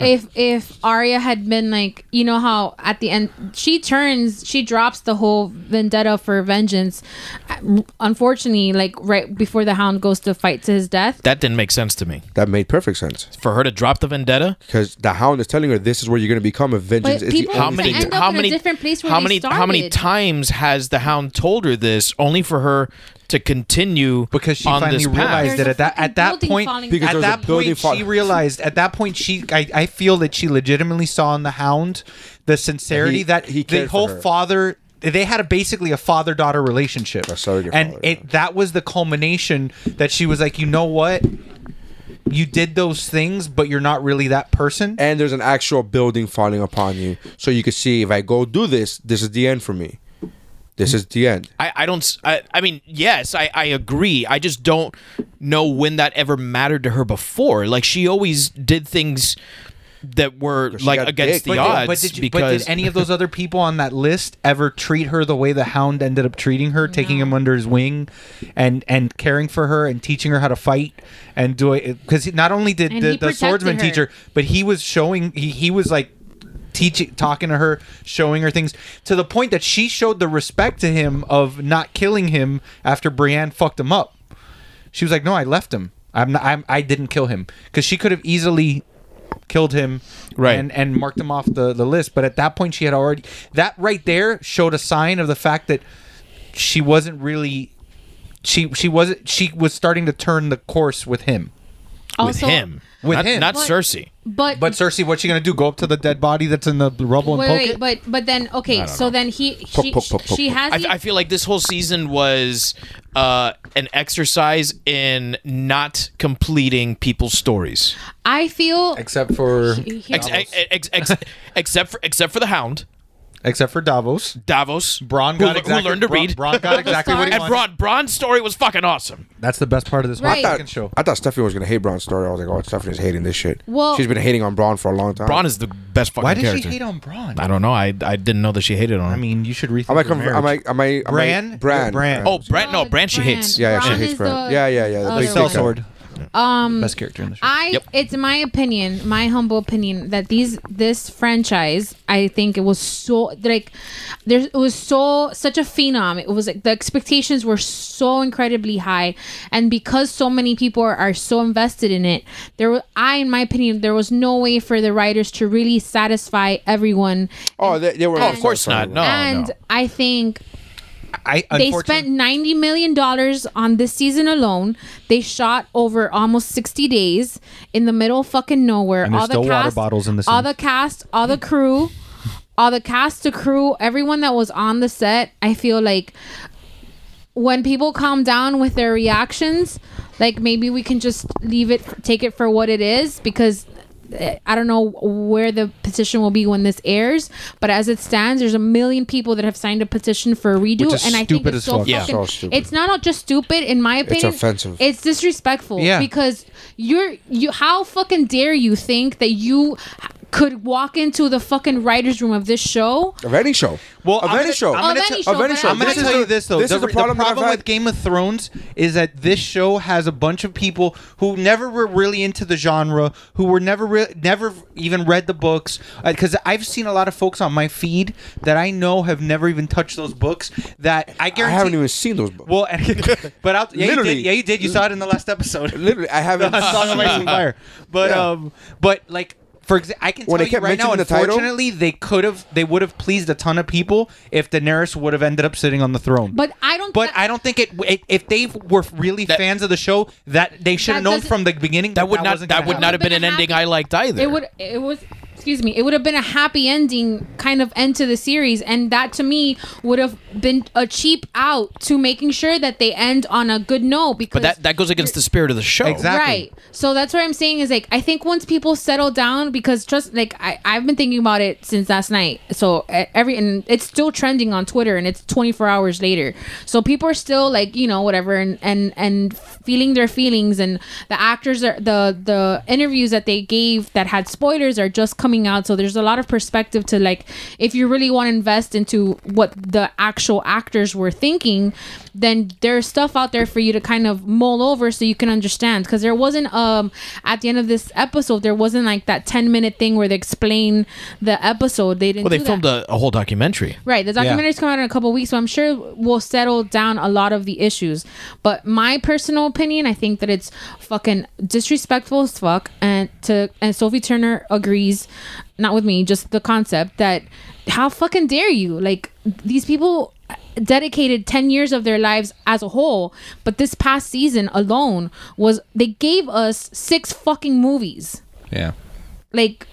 Speaker 2: if if Arya had been like, you know how at the end she turns, she drops the whole vendetta for vengeance. Uh, Unfortunately, like right before the Hound goes to fight to his death.
Speaker 4: That didn't make sense to me.
Speaker 1: That made perfect sense
Speaker 4: For her to drop the vendetta,
Speaker 1: because the Hound is telling her this is where you're going to become. And
Speaker 2: But
Speaker 1: vengeance is the
Speaker 2: people
Speaker 4: how
Speaker 2: can
Speaker 1: only
Speaker 4: many?
Speaker 1: thing.
Speaker 2: end
Speaker 1: that-
Speaker 2: up
Speaker 4: how
Speaker 2: in a
Speaker 4: many?
Speaker 2: different place where
Speaker 4: how
Speaker 2: they
Speaker 4: many? How many
Speaker 2: started.
Speaker 4: times has the Hound told her this, only for her to continue
Speaker 3: because she
Speaker 4: on
Speaker 3: finally
Speaker 4: this path?
Speaker 3: realized
Speaker 2: There's
Speaker 3: that
Speaker 2: a
Speaker 3: at
Speaker 2: fucking
Speaker 3: that at that
Speaker 2: building
Speaker 3: point
Speaker 2: falling
Speaker 1: Because
Speaker 3: at
Speaker 1: down.
Speaker 3: that
Speaker 1: there's a building
Speaker 3: point
Speaker 1: fall-
Speaker 3: she realized at that point she I, I feel that she legitimately saw in the hound the sincerity
Speaker 1: He-
Speaker 3: that
Speaker 1: he
Speaker 3: the
Speaker 1: cared for
Speaker 3: whole
Speaker 1: her.
Speaker 3: father they had a basically a father daughter relationship
Speaker 1: surrogate
Speaker 3: and
Speaker 1: father,
Speaker 3: it that was the culmination that she was like you know what you did those things but you're not really that person
Speaker 1: And there's an actual building falling upon you, so you can see if I go do this, this is the end for me. This is the end.
Speaker 4: I, I don't. s- I, I mean, yes, I, I agree. I just don't know when that ever mattered to her before. Like she always did things that were
Speaker 1: she
Speaker 4: like
Speaker 1: got
Speaker 4: against
Speaker 1: dick.
Speaker 4: the
Speaker 1: But
Speaker 4: odds
Speaker 1: did-
Speaker 3: but did, you, but
Speaker 4: because
Speaker 3: did any of those other people on that list ever treat her the way the hound ended up treating her, taking him under his wing, and and caring for her and teaching her how to fight and do it? Because not only did
Speaker 2: And
Speaker 3: the,
Speaker 2: he
Speaker 3: the swordsman
Speaker 2: protected her.
Speaker 3: teacher, but he was showing he, he was like teaching talking to her showing her things to the point that she showed the respect to him of not killing him after brienne fucked him up she was like no i left him i'm not I'm, i didn't kill him because she could have easily killed him
Speaker 4: Right.
Speaker 3: and and marked him off the the list but at that point she had already that right there showed a sign of the fact that she wasn't really she she wasn't she was starting to turn the course with him.
Speaker 4: with him,
Speaker 3: With
Speaker 4: not,
Speaker 3: him.
Speaker 4: not
Speaker 2: But-
Speaker 4: Cersei.
Speaker 2: But
Speaker 3: But Cersei, what's she gonna do? Go up to the dead body that's in the rubble
Speaker 2: wait,
Speaker 3: and poke
Speaker 2: wait,
Speaker 3: it?
Speaker 2: but but then okay, so then he she,
Speaker 1: Poke, poke, poke, poke,
Speaker 2: she
Speaker 1: poke.
Speaker 2: has
Speaker 4: I,
Speaker 2: the,
Speaker 4: I feel like this whole season was uh, an exercise in not completing people's stories,
Speaker 2: I feel
Speaker 3: except for
Speaker 2: here-
Speaker 4: ex- ex-
Speaker 3: (laughs)
Speaker 4: ex- ex- except for except for the Hound,
Speaker 3: except for Davos.
Speaker 4: Davos,
Speaker 3: Braun
Speaker 4: who-
Speaker 3: got
Speaker 4: who,
Speaker 3: exactly
Speaker 4: learned to
Speaker 3: Bron-
Speaker 2: (laughs)
Speaker 4: read,
Speaker 3: Bron
Speaker 4: (laughs)
Speaker 3: got exactly what he
Speaker 4: and
Speaker 3: wanted.
Speaker 4: Braun. Braun's story was fucking awesome.
Speaker 3: That's the best part of this
Speaker 2: Right.
Speaker 3: whole
Speaker 1: I
Speaker 3: fucking show.
Speaker 1: thought, I thought Stephanie was gonna hate Braun's story. I was like, oh, Stephanie's hating this shit.
Speaker 2: Well-
Speaker 1: she's been hating on Braun for a long time.
Speaker 4: Braun is the best fucking
Speaker 3: Why did
Speaker 4: character.
Speaker 3: she hate on Braun?
Speaker 4: I don't know. I I didn't know that she hated on him.
Speaker 3: I mean, you should rethink.
Speaker 1: I might
Speaker 3: your
Speaker 1: come. I
Speaker 3: marriage.
Speaker 1: might. I might. I might-
Speaker 3: Bran?
Speaker 1: Bran.
Speaker 3: Bran.
Speaker 4: oh, Brand. No, Brand. She
Speaker 2: Bran.
Speaker 4: hates.
Speaker 1: Yeah, yeah, she
Speaker 2: Bran
Speaker 1: hates
Speaker 2: is
Speaker 1: Bran.
Speaker 2: the
Speaker 1: Yeah, yeah, yeah, the
Speaker 2: other
Speaker 1: big
Speaker 2: one.
Speaker 1: cell sword.
Speaker 2: Um,
Speaker 3: best character in the show.
Speaker 2: I
Speaker 4: Yep.
Speaker 2: it's my opinion, my humble opinion that these this franchise, I think it was so like there it was so such a phenom. It was like the expectations were so incredibly high and because so many people are, are so invested in it, there was I in my opinion there was no way for the writers to really satisfy everyone.
Speaker 1: Oh, they, they were.
Speaker 2: Oh, of
Speaker 4: course not, no.
Speaker 2: and I think
Speaker 3: I
Speaker 2: they spent
Speaker 3: unfortunately,
Speaker 2: 90 million dollars on this season alone they shot over almost 60 days in the middle of fucking nowhere
Speaker 3: And there's
Speaker 2: all the
Speaker 3: still water
Speaker 2: cast,
Speaker 3: bottles in the
Speaker 2: all
Speaker 3: sink.
Speaker 2: the cast all the crew all the cast the crew everyone that was on the set i feel like when people calm down with their reactions like maybe we can just leave it take it for what it is because eh, I don't know where the petition will be when this airs, but as it stands, there's a million people that have signed a petition for a redo,
Speaker 3: Which is
Speaker 2: and I think
Speaker 3: stupid
Speaker 2: it's
Speaker 3: as
Speaker 2: so
Speaker 3: fuck.
Speaker 1: Yeah.
Speaker 2: fucking.
Speaker 1: So stupid.
Speaker 2: It's not just stupid, in my opinion.
Speaker 1: offensive.
Speaker 2: It's disrespectful.
Speaker 3: Yeah.
Speaker 2: Because you're you. How fucking dare you think that you could walk into the fucking writers' room of this show?
Speaker 1: Of any show.
Speaker 3: Well,
Speaker 1: of
Speaker 3: I'm
Speaker 1: any
Speaker 3: gonna-
Speaker 1: show.
Speaker 3: I'm
Speaker 2: gonna Of any show,
Speaker 1: Of any
Speaker 2: but
Speaker 1: show.
Speaker 2: I'm
Speaker 3: I'm going to
Speaker 1: This
Speaker 3: tell
Speaker 1: is
Speaker 3: you
Speaker 1: the-
Speaker 3: this though.
Speaker 1: This
Speaker 3: the,
Speaker 1: is the
Speaker 3: the
Speaker 1: problem, I've
Speaker 3: problem
Speaker 1: had.
Speaker 3: with Game of Thrones is that this show has a bunch of people who never were really into the genre, who were never re- never even read the books. Because I've seen a lot of folks on my feed that I know have never even touched those books. That I
Speaker 1: I
Speaker 3: guarantee.
Speaker 1: haven't even seen those books.
Speaker 3: Well, (laughs) and- but I'll, yeah, you
Speaker 1: Literally.
Speaker 3: did. Yeah, you did. You saw it in the last episode.
Speaker 1: Literally, I
Speaker 3: (laughs)
Speaker 1: haven't.
Speaker 3: The Song of Ice
Speaker 1: (laughs)
Speaker 3: and Fire. But
Speaker 1: Yeah.
Speaker 3: um, but like for example, I can
Speaker 1: When
Speaker 3: tell
Speaker 1: they
Speaker 3: you
Speaker 1: kept
Speaker 3: right now.
Speaker 1: mentioning the title-
Speaker 3: Unfortunately, they could have they would have pleased a ton of people if Daenerys would have ended up sitting on the throne.
Speaker 2: But I don't.
Speaker 3: But I don't think it, it. If they were really
Speaker 4: That-
Speaker 3: fans of the show, that they should have
Speaker 2: That
Speaker 3: known
Speaker 2: doesn't-
Speaker 3: from the beginning that,
Speaker 4: That would not.
Speaker 3: wasn't
Speaker 4: That
Speaker 3: gonna
Speaker 4: would not have
Speaker 2: But
Speaker 4: been
Speaker 2: it
Speaker 4: an ending
Speaker 2: happened.
Speaker 4: I liked either.
Speaker 2: It would. It was. Excuse me. It would have been a happy ending, kind of end to the series, and that to me would have been a cheap out to making sure that they end on a good note. Because
Speaker 4: But that that goes against the spirit of the show.
Speaker 3: Exactly.
Speaker 2: Right. So that's what I'm saying is like I think once people settle down because trust like I I've been thinking about it since last night. So e- every and it's still trending on Twitter and it's 24 hours later. So people are still like you know whatever and and and feeling their feelings and the actors are the the interviews that they gave that had spoilers are just coming out. So there's a lot of perspective to like if you really want to invest into what the actual actors were thinking then there's stuff out there for you to kind of mull over so you can understand because there wasn't um at the end of this episode there wasn't like that 10 minute thing where they explain the episode they didn't
Speaker 4: Well, they
Speaker 2: do
Speaker 4: filmed
Speaker 2: that.
Speaker 4: a, a whole documentary.
Speaker 2: Right, the
Speaker 3: Yeah.
Speaker 2: documentary's coming out in a couple weeks, so I'm sure we'll settle down a lot of the issues. But my personal opinion, I think that it's fucking disrespectful as fuck, and to and Sophie Turner agrees, not with me, just the concept that how fucking dare you? Like these people dedicated 10 years of their lives as a whole but this past season alone was they gave us six fucking movies
Speaker 3: Yeah.
Speaker 2: like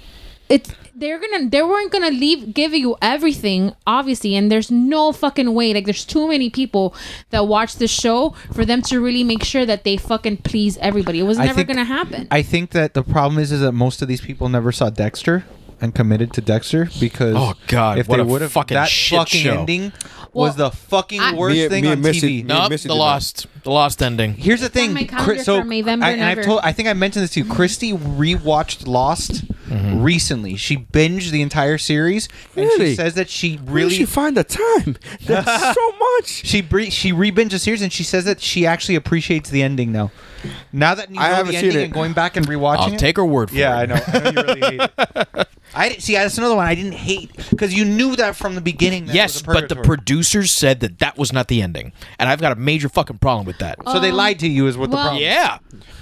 Speaker 2: it's they're gonna they weren't gonna leave give you everything obviously and there's no fucking way like there's too many people that watch the show for them to really make sure that they fucking please everybody it was
Speaker 3: I
Speaker 2: never
Speaker 3: think-
Speaker 2: gonna happen
Speaker 3: I think that the problem is is that most of these people never saw Dexter and committed to Dexter because
Speaker 4: Oh, God,
Speaker 3: if
Speaker 4: what
Speaker 3: they
Speaker 4: a
Speaker 3: would have
Speaker 4: fucking
Speaker 3: that
Speaker 4: shit
Speaker 3: fucking
Speaker 4: show.
Speaker 3: ending
Speaker 2: Well,
Speaker 3: was the fucking
Speaker 2: I-
Speaker 3: worst
Speaker 1: Me and-
Speaker 3: thing
Speaker 1: me
Speaker 3: on
Speaker 1: and Missy-
Speaker 3: TV.
Speaker 1: me and
Speaker 4: No,
Speaker 1: Missy
Speaker 4: the
Speaker 1: did that.
Speaker 4: lost, the lost ending.
Speaker 3: Here's the thing.
Speaker 2: on my
Speaker 3: Chris-
Speaker 2: calendar
Speaker 3: so
Speaker 2: for November Mm-hmm.
Speaker 3: I, and
Speaker 2: and
Speaker 3: I've
Speaker 2: ever.
Speaker 3: told, I think I mentioned this to you. Christy rewatched Lost
Speaker 4: Mm-hmm.
Speaker 3: recently. She binged the entire series, and she
Speaker 1: Really?
Speaker 3: says that she
Speaker 1: Where did
Speaker 3: really
Speaker 1: she find the time?
Speaker 3: (laughs)
Speaker 1: That's so much.
Speaker 3: she bre- she rebinged the series, and she says that she actually appreciates the ending now. Now that you know
Speaker 1: I haven't
Speaker 3: the
Speaker 1: seen
Speaker 3: ending
Speaker 1: it.
Speaker 3: and going back and rewatching
Speaker 4: I'll
Speaker 3: it,
Speaker 4: take her word for
Speaker 3: yeah, I
Speaker 4: it.
Speaker 3: know. I know you really hate it.
Speaker 4: (laughs)
Speaker 3: I didn't, see. That's another one I didn't hate because you knew that from the beginning. That
Speaker 4: Yes,
Speaker 3: was a
Speaker 4: but the
Speaker 3: purgatory.
Speaker 4: producers said that that was not the ending, and I've got a major fucking problem with that.
Speaker 2: Oh.
Speaker 3: so they lied to you, is what the
Speaker 2: well-
Speaker 3: problem.
Speaker 4: yeah,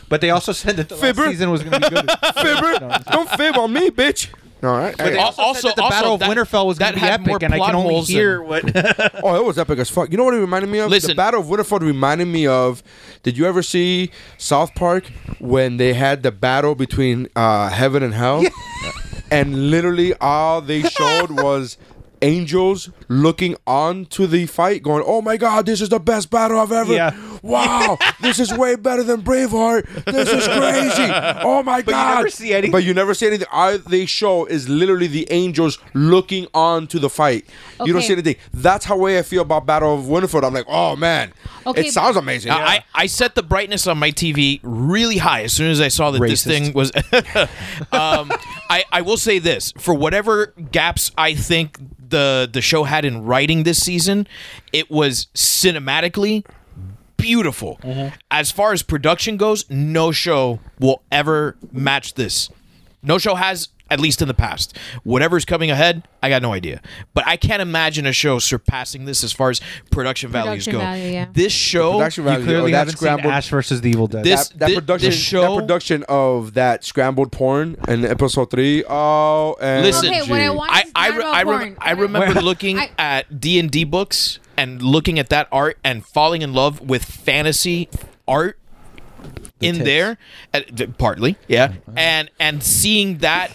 Speaker 3: But they also said that the last
Speaker 1: Fibber.
Speaker 4: (laughs)
Speaker 3: season was going to be good.
Speaker 1: Fibber, don't fib on me, bitch. All right.
Speaker 3: But they
Speaker 1: Hey.
Speaker 3: also, said that the Battle of
Speaker 4: that-
Speaker 3: Winterfell was going
Speaker 4: that
Speaker 3: to be
Speaker 4: had more
Speaker 3: epic, and I
Speaker 4: plot
Speaker 3: can only
Speaker 4: holes than-
Speaker 3: hear what.
Speaker 1: (laughs) Oh, it was epic as fuck. You know what it reminded me of? the
Speaker 4: Listen.
Speaker 1: Battle of Winterfell reminded me of. Did you ever see South Park when they had the battle between uh, heaven and hell? (laughs) and literally all they showed
Speaker 3: (laughs)
Speaker 1: was angels looking on to the fight, going, "Oh my god, this is the best battle I've ever!
Speaker 3: Yeah.
Speaker 1: Wow, this is way better than Braveheart. This is crazy!
Speaker 3: (laughs)
Speaker 1: Oh my
Speaker 3: you
Speaker 1: god!"
Speaker 3: never see anything.
Speaker 1: But you never see anything. All they show is literally the angels looking on to the fight. You don't
Speaker 2: Okay.
Speaker 1: see anything. That's how way I feel about Battle of Winterfell. I'm like, oh man,
Speaker 2: Okay,
Speaker 1: it sounds amazing.
Speaker 4: I, I set the brightness on my TV really high as soon as I saw that
Speaker 1: Racist.
Speaker 4: this thing was. (laughs) um, I, I will say this for whatever gaps I think the the show had in writing this season, it was cinematically beautiful.
Speaker 1: Mm-hmm.
Speaker 4: As far as production goes, no show will ever match this. No show has, at least in the past. Whatever's coming ahead, I got no idea. But I can't imagine a show surpassing this as far as production values
Speaker 2: Production
Speaker 4: go.
Speaker 2: value, yeah.
Speaker 4: This show
Speaker 1: production
Speaker 3: you
Speaker 1: value, oh,
Speaker 3: clearly
Speaker 1: that
Speaker 3: haven't seen
Speaker 1: scrambled-
Speaker 3: Ash versus the Evil Dead.
Speaker 4: This-
Speaker 1: that, that
Speaker 4: thi-
Speaker 1: production,
Speaker 4: this show-
Speaker 1: that production of that scrambled porn in episode three. Oh, and
Speaker 4: Listen,
Speaker 2: Okay, what I want
Speaker 4: I
Speaker 2: is
Speaker 4: I,
Speaker 2: not
Speaker 4: re-
Speaker 2: about
Speaker 4: I, rem-
Speaker 2: porn.
Speaker 4: I remember
Speaker 3: Well,
Speaker 4: looking
Speaker 2: I-
Speaker 4: at D and D books and looking at that art and falling in love with fantasy art in
Speaker 3: tits. Mm-hmm.
Speaker 4: there, uh, d- partly, yeah, and and seeing that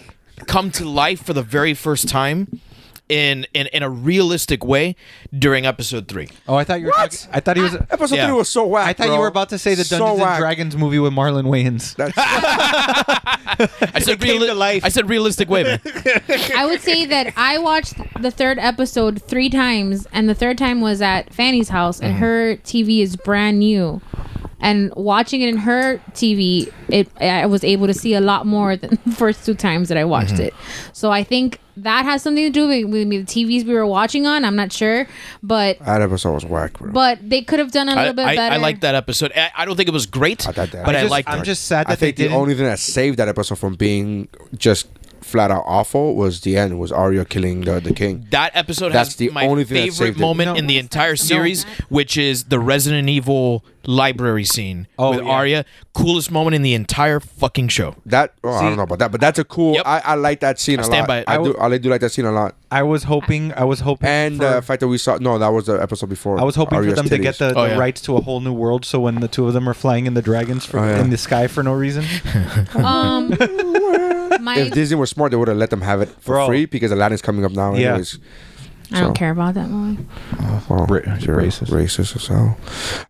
Speaker 4: come to life for the very first time. In, in, in a realistic way during episode three.
Speaker 3: oh, I thought you were. Talking, I thought he was.
Speaker 1: episode
Speaker 4: Yeah.
Speaker 1: three was so Ah, whack.
Speaker 3: I thought you
Speaker 1: bro.
Speaker 3: were about to say the
Speaker 1: So
Speaker 3: Dungeons and
Speaker 1: whack.
Speaker 3: Dragons movie with Marlon Wayans.
Speaker 1: That's-
Speaker 4: I
Speaker 3: (laughs)
Speaker 4: said
Speaker 3: came
Speaker 4: reali-
Speaker 3: to life.
Speaker 4: I said realistic way, man.
Speaker 2: I would say that I watched the third episode three times, and the third time was at Fanny's house,
Speaker 1: Mm-hmm.
Speaker 2: and her TV is brand new. And watching it in her TV, it I was able to see a lot more than (laughs) the first two times that I watched
Speaker 1: Mm-hmm.
Speaker 2: it. So I think that has something to do with, with me. The TVs we were watching on, I'm not sure, but
Speaker 1: that episode was whack, bro.
Speaker 2: but they could have done (laughs) a
Speaker 4: I,
Speaker 2: little bit
Speaker 4: I,
Speaker 2: better.
Speaker 4: I like that episode. I, I don't think it was great,
Speaker 1: I thought that-
Speaker 4: but
Speaker 1: I
Speaker 4: I,
Speaker 1: just-
Speaker 4: liked
Speaker 3: I'm
Speaker 4: it.
Speaker 3: just sad that
Speaker 1: I think
Speaker 3: they
Speaker 1: the
Speaker 3: didn't.
Speaker 1: only thing that saved that episode from being just flat out awful was the end. Was Arya killing the, the king?
Speaker 4: That episode
Speaker 1: That's
Speaker 4: has
Speaker 1: the
Speaker 4: my
Speaker 1: only thing that
Speaker 4: favorite
Speaker 1: saved it.
Speaker 4: moment
Speaker 3: No.
Speaker 4: in the
Speaker 2: What was that
Speaker 4: entire
Speaker 2: from
Speaker 4: series,
Speaker 2: that?
Speaker 4: which is the Resident Evil library scene
Speaker 3: Oh,
Speaker 4: with
Speaker 3: yeah.
Speaker 4: Arya. Coolest moment in the entire fucking show.
Speaker 1: That oh, I don't know about that, but that's a cool.
Speaker 4: Yep.
Speaker 1: I, I like that scene a lot.
Speaker 4: stand by it.
Speaker 1: I,
Speaker 4: I
Speaker 1: do. I do like that scene a lot.
Speaker 3: I was hoping. I was hoping.
Speaker 1: And uh,
Speaker 3: for-
Speaker 1: the fact that we saw no, that was the episode before.
Speaker 3: I was hoping
Speaker 1: Arya's
Speaker 3: for them to get
Speaker 1: titties.
Speaker 3: the,
Speaker 4: Oh,
Speaker 3: the
Speaker 4: yeah.
Speaker 3: rights to a whole new world. So when the two of them are flying in the dragons for,
Speaker 1: Oh, yeah.
Speaker 3: in the sky for no
Speaker 4: (laughs)
Speaker 3: reason,
Speaker 2: um my
Speaker 1: If Disney were smart, they would have let them have it for
Speaker 3: Bro.
Speaker 1: free because Aladdin's coming up now.
Speaker 3: Yeah.
Speaker 1: Anyways.
Speaker 2: I don't
Speaker 1: so.
Speaker 2: care about that movie.
Speaker 1: Oh,
Speaker 3: Ra-
Speaker 1: you're
Speaker 3: racist.
Speaker 1: racist as hell.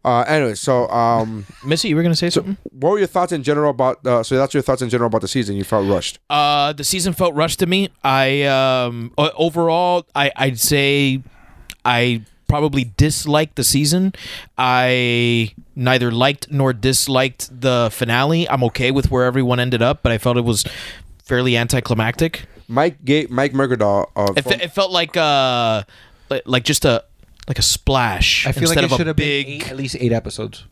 Speaker 1: Uh, anyway, so um,
Speaker 4: Missy, you were gonna say something?
Speaker 1: what were your thoughts in general about? Uh, so that's your thoughts in general about the season. You felt rushed.
Speaker 4: Uh, the season felt rushed to me. I um, o- overall, I I'd say I probably disliked the season. I neither liked nor disliked the finale. I'm okay with where everyone ended up, but I felt it was fairly anticlimactic.
Speaker 1: Mike Ga- Mike Mercadal of
Speaker 4: It, fe- it felt like uh li- like just a like a splash
Speaker 3: I feel
Speaker 4: instead
Speaker 3: like it
Speaker 4: of
Speaker 3: should
Speaker 4: a
Speaker 3: have
Speaker 4: big
Speaker 3: been eight, at least eight episodes.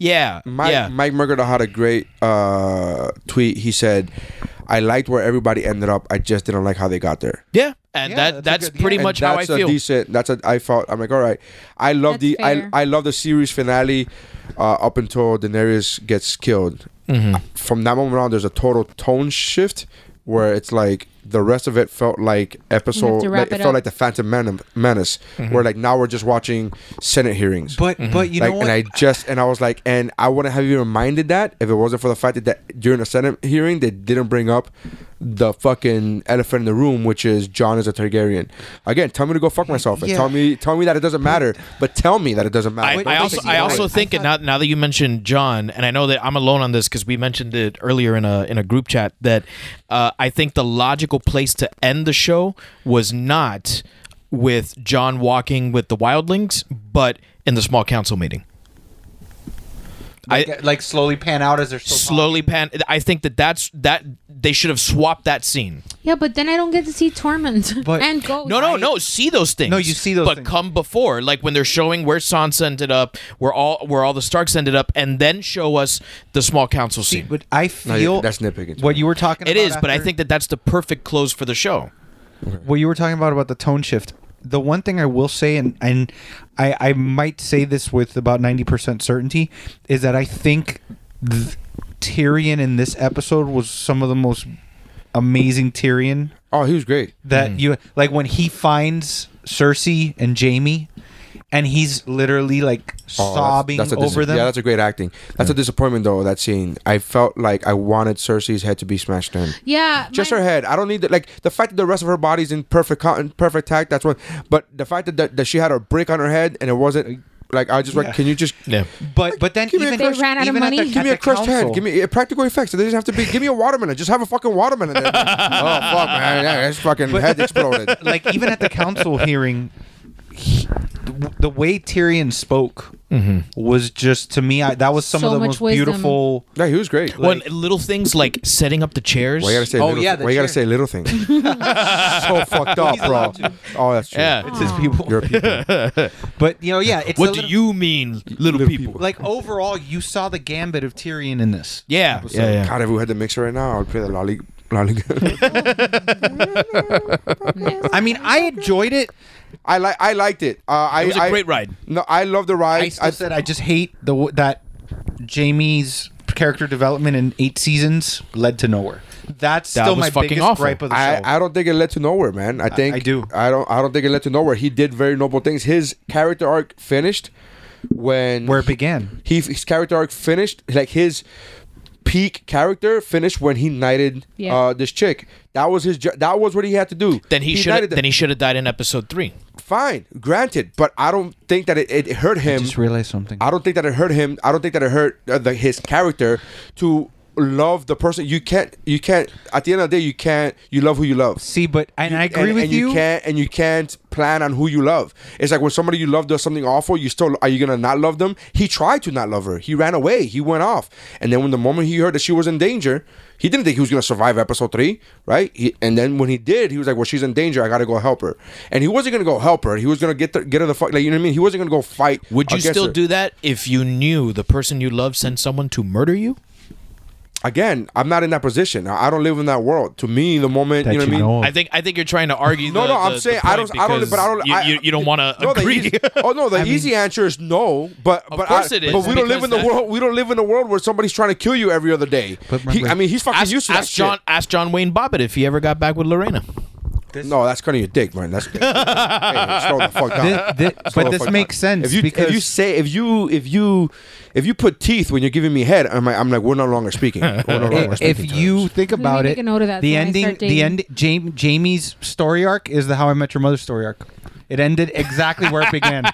Speaker 4: yeah
Speaker 1: Mike,
Speaker 4: yeah
Speaker 1: Mike Mercadal had a great uh, tweet. He said, "I liked where everybody ended up. I just didn't like how they got there."
Speaker 4: yeah and
Speaker 3: Yeah,
Speaker 4: that
Speaker 3: that's
Speaker 4: that's
Speaker 3: a good-
Speaker 4: pretty
Speaker 3: yeah.
Speaker 1: And
Speaker 4: much how I
Speaker 1: that's a
Speaker 4: feel
Speaker 1: decent. That's a. I felt. I'm like, all right. I love
Speaker 2: That's
Speaker 1: the. I,
Speaker 2: fair.
Speaker 1: I love the series finale, uh, up until Daenerys gets killed.
Speaker 4: Mm-hmm.
Speaker 1: From that moment on, there's a total tone shift where it's like the rest of it felt like episode.
Speaker 2: to
Speaker 1: Like,
Speaker 2: wrap
Speaker 1: it
Speaker 2: it
Speaker 1: felt
Speaker 2: up.
Speaker 1: like the Phantom Men- Menace,
Speaker 4: Mm-hmm.
Speaker 1: where like now we're just watching Senate hearings.
Speaker 3: But but you
Speaker 1: like,
Speaker 3: know what?
Speaker 1: and I just and I was like, and I wouldn't have even minded that if it wasn't for the fact that, that during the Senate hearing they didn't bring up the fucking elephant in the room, which is John is a Targaryen. Again, tell me to go fuck myself and
Speaker 3: Yeah.
Speaker 1: tell me tell me that it doesn't matter, but tell me that it doesn't matter.
Speaker 4: I,
Speaker 3: Wait,
Speaker 4: I
Speaker 3: wait,
Speaker 4: also
Speaker 3: wait,
Speaker 4: I
Speaker 3: wait.
Speaker 4: also think
Speaker 3: I
Speaker 4: and now, now that you mentioned John and I know that I'm alone on this because we mentioned it earlier in a in a group chat that uh, I think the logical place to end the show was not with John walking with the wildlings but in the small council meeting. I,
Speaker 3: like, like slowly pan out as they're still
Speaker 4: slowly pan. I think that that's that they should have swapped that scene.
Speaker 2: Yeah, but then I don't get to see Torment (laughs)
Speaker 3: But-
Speaker 2: and go.
Speaker 4: No, no, no. See those things.
Speaker 3: No, you see those
Speaker 4: But
Speaker 3: things.
Speaker 4: come before, like when they're showing where Sansa ended up, where all where all the Starks ended up, and then show us the small council
Speaker 3: talking.
Speaker 4: scene.
Speaker 3: But I
Speaker 1: No,
Speaker 3: feel
Speaker 1: yeah, that's nitpicking.
Speaker 3: what you were talking.
Speaker 4: it
Speaker 3: about
Speaker 4: is, but I
Speaker 3: after-
Speaker 4: think that that's the perfect close for the show.
Speaker 3: what you were talking about about the tone shift the one thing i will say and and i i might say this with about 90% certainty is that i think th- tyrion in this episode was some of the most amazing Tyrion
Speaker 1: Oh, he was great.
Speaker 3: that you like when he finds Cersei and Jamie and he's literally like
Speaker 1: Oh, that's-
Speaker 3: sobbing
Speaker 1: that's a dis-
Speaker 3: over them.
Speaker 1: Yeah, that's a great acting. That's a disappointment though. That scene, I felt like I wanted Cersei's head to be smashed in.
Speaker 2: Yeah,
Speaker 1: Just
Speaker 2: my-
Speaker 1: her head. I don't need the, like the fact that the rest of her body's in perfect con- in perfect tact. That's one. But the fact that, that that she had a brick on her head and it wasn't like I just like,
Speaker 3: Yeah.
Speaker 1: can you just
Speaker 4: Yeah.
Speaker 3: but but then
Speaker 1: Give me a
Speaker 3: even
Speaker 1: crushed- They
Speaker 2: ran out of
Speaker 3: even at the-
Speaker 2: money.
Speaker 3: at
Speaker 1: give me
Speaker 3: the
Speaker 1: a crushed
Speaker 3: council-
Speaker 1: head. Give me uh, practical effects. It doesn't have to be. Give me a watermelon. Just have a fucking watermelon.
Speaker 3: (laughs)
Speaker 1: In there. oh fuck, man! Yeah, his fucking head exploded.
Speaker 3: like even at the (laughs) council hearing he- the- the way Tyrion spoke was just to me I, that was some
Speaker 2: So
Speaker 3: of the
Speaker 2: much
Speaker 3: most
Speaker 2: wisdom.
Speaker 3: beautiful
Speaker 1: Yeah, he was great.
Speaker 4: When little things like setting up the chairs.
Speaker 1: Why you gotta say?
Speaker 3: Oh,
Speaker 1: little,
Speaker 3: yeah,
Speaker 1: thi-
Speaker 3: the
Speaker 1: Why you gotta
Speaker 3: chair.
Speaker 1: say little things?
Speaker 3: (laughs)
Speaker 1: so fucked up, bro.
Speaker 3: allowed to.
Speaker 1: Oh, that's true.
Speaker 4: Yeah.
Speaker 3: it's his people.
Speaker 1: You're a people.
Speaker 3: But you know, yeah, it's a
Speaker 4: what do
Speaker 3: little-
Speaker 4: you mean, little, people?
Speaker 3: like overall you saw the gambit of Tyrion in this.
Speaker 4: Yeah, (laughs) yeah, yeah.
Speaker 1: God, if we had the mixer right now, I would play the lolly. lolly. (laughs)
Speaker 3: I mean, I enjoyed it.
Speaker 1: I like. I liked it. Uh, I,
Speaker 4: It was
Speaker 1: a
Speaker 4: a great ride.
Speaker 1: No, I love the ride.
Speaker 3: I still said I just hate the w- that Jamie's character development in eight seasons led to nowhere. That's
Speaker 4: That
Speaker 3: still
Speaker 4: was
Speaker 3: my
Speaker 4: fucking
Speaker 3: biggest
Speaker 4: awful.
Speaker 3: gripe of the show.
Speaker 1: I, I don't think it led to nowhere, man. I think
Speaker 3: I do.
Speaker 1: I don't. I don't think it led to nowhere. He did very noble things. His character arc finished when
Speaker 3: Where it began.
Speaker 1: He his character arc finished like his peak character finished when he knighted
Speaker 2: Yeah.
Speaker 1: uh, this chick. That was his. Jo- that was what he had to do.
Speaker 4: Then he, should
Speaker 1: knighted
Speaker 4: have
Speaker 1: the-
Speaker 4: then he should have died in episode three.
Speaker 1: fine, granted, but I don't think that it, it hurt him.
Speaker 3: just realized something.
Speaker 1: I don't think that it hurt him. I don't think that it hurt uh, the, his character to love the person. You can't. You can't. At the end of the day, you can't. You love who you love.
Speaker 3: See, but and I agree
Speaker 1: and,
Speaker 3: with
Speaker 1: and you. can't and you can't plan on who you love. It's like when somebody you love does something awful, you still are you gonna not love them? He tried to not love her. He ran away. He went off. And then when the moment he heard that she was in danger, he didn't think he was gonna survive episode three, right? He, and then when he did, he was like, "Well, she's in danger. I gotta go help her." And he wasn't gonna go help her. He was gonna get the, get her the fuck. Like you know what I mean? He wasn't gonna go fight.
Speaker 4: Would you
Speaker 1: against
Speaker 4: still
Speaker 1: her.
Speaker 4: do that if you knew the person you love sent someone to murder you?
Speaker 1: again? I'm not in that position. I I don't live in that world. To me, the moment you know what I mean.
Speaker 3: Oh.
Speaker 4: I think I think you're trying to argue.
Speaker 1: No,
Speaker 4: the-
Speaker 1: no,
Speaker 4: the-
Speaker 1: I'm
Speaker 4: the
Speaker 1: saying I
Speaker 4: point
Speaker 1: don't, I don't, but I don't.
Speaker 4: because You,
Speaker 1: I,
Speaker 4: you, you don't want to
Speaker 1: no, the
Speaker 4: agree.
Speaker 1: easy- oh no,
Speaker 3: (laughs)
Speaker 1: the easy answer is no, but but
Speaker 4: course
Speaker 1: I,
Speaker 4: it is,
Speaker 1: But we don't live
Speaker 4: because
Speaker 1: in the
Speaker 4: that-
Speaker 1: world. We don't live in a world where somebody's trying to kill you every other day. He- I mean, he's fucking
Speaker 4: ask,
Speaker 1: used to that
Speaker 4: ask John. Ask John Wayne Bobbitt if he ever got back with Lorena.
Speaker 1: shit. No, that's cutting your dick, man. That's (laughs) hey, slow the fuck down.
Speaker 3: (laughs) Thi-
Speaker 1: Slow
Speaker 3: thi- but
Speaker 1: the
Speaker 3: this
Speaker 1: fuck
Speaker 3: makes
Speaker 1: down.
Speaker 3: sense
Speaker 1: If you
Speaker 3: because
Speaker 1: if you say if you if you if you put teeth when you're giving me head, I'm like, I'm like we're no longer
Speaker 3: (laughs)
Speaker 1: speaking. We're no longer
Speaker 3: i-
Speaker 1: speaking
Speaker 3: if
Speaker 1: terms.
Speaker 3: you think
Speaker 2: me
Speaker 3: about
Speaker 2: make
Speaker 3: it,
Speaker 2: a note of that
Speaker 3: the
Speaker 2: so when I
Speaker 3: ending,
Speaker 2: start
Speaker 3: the
Speaker 2: dating.
Speaker 3: end, Jam- Jamie's story arc is the How I Met Your Mother story arc. It ended exactly where it began.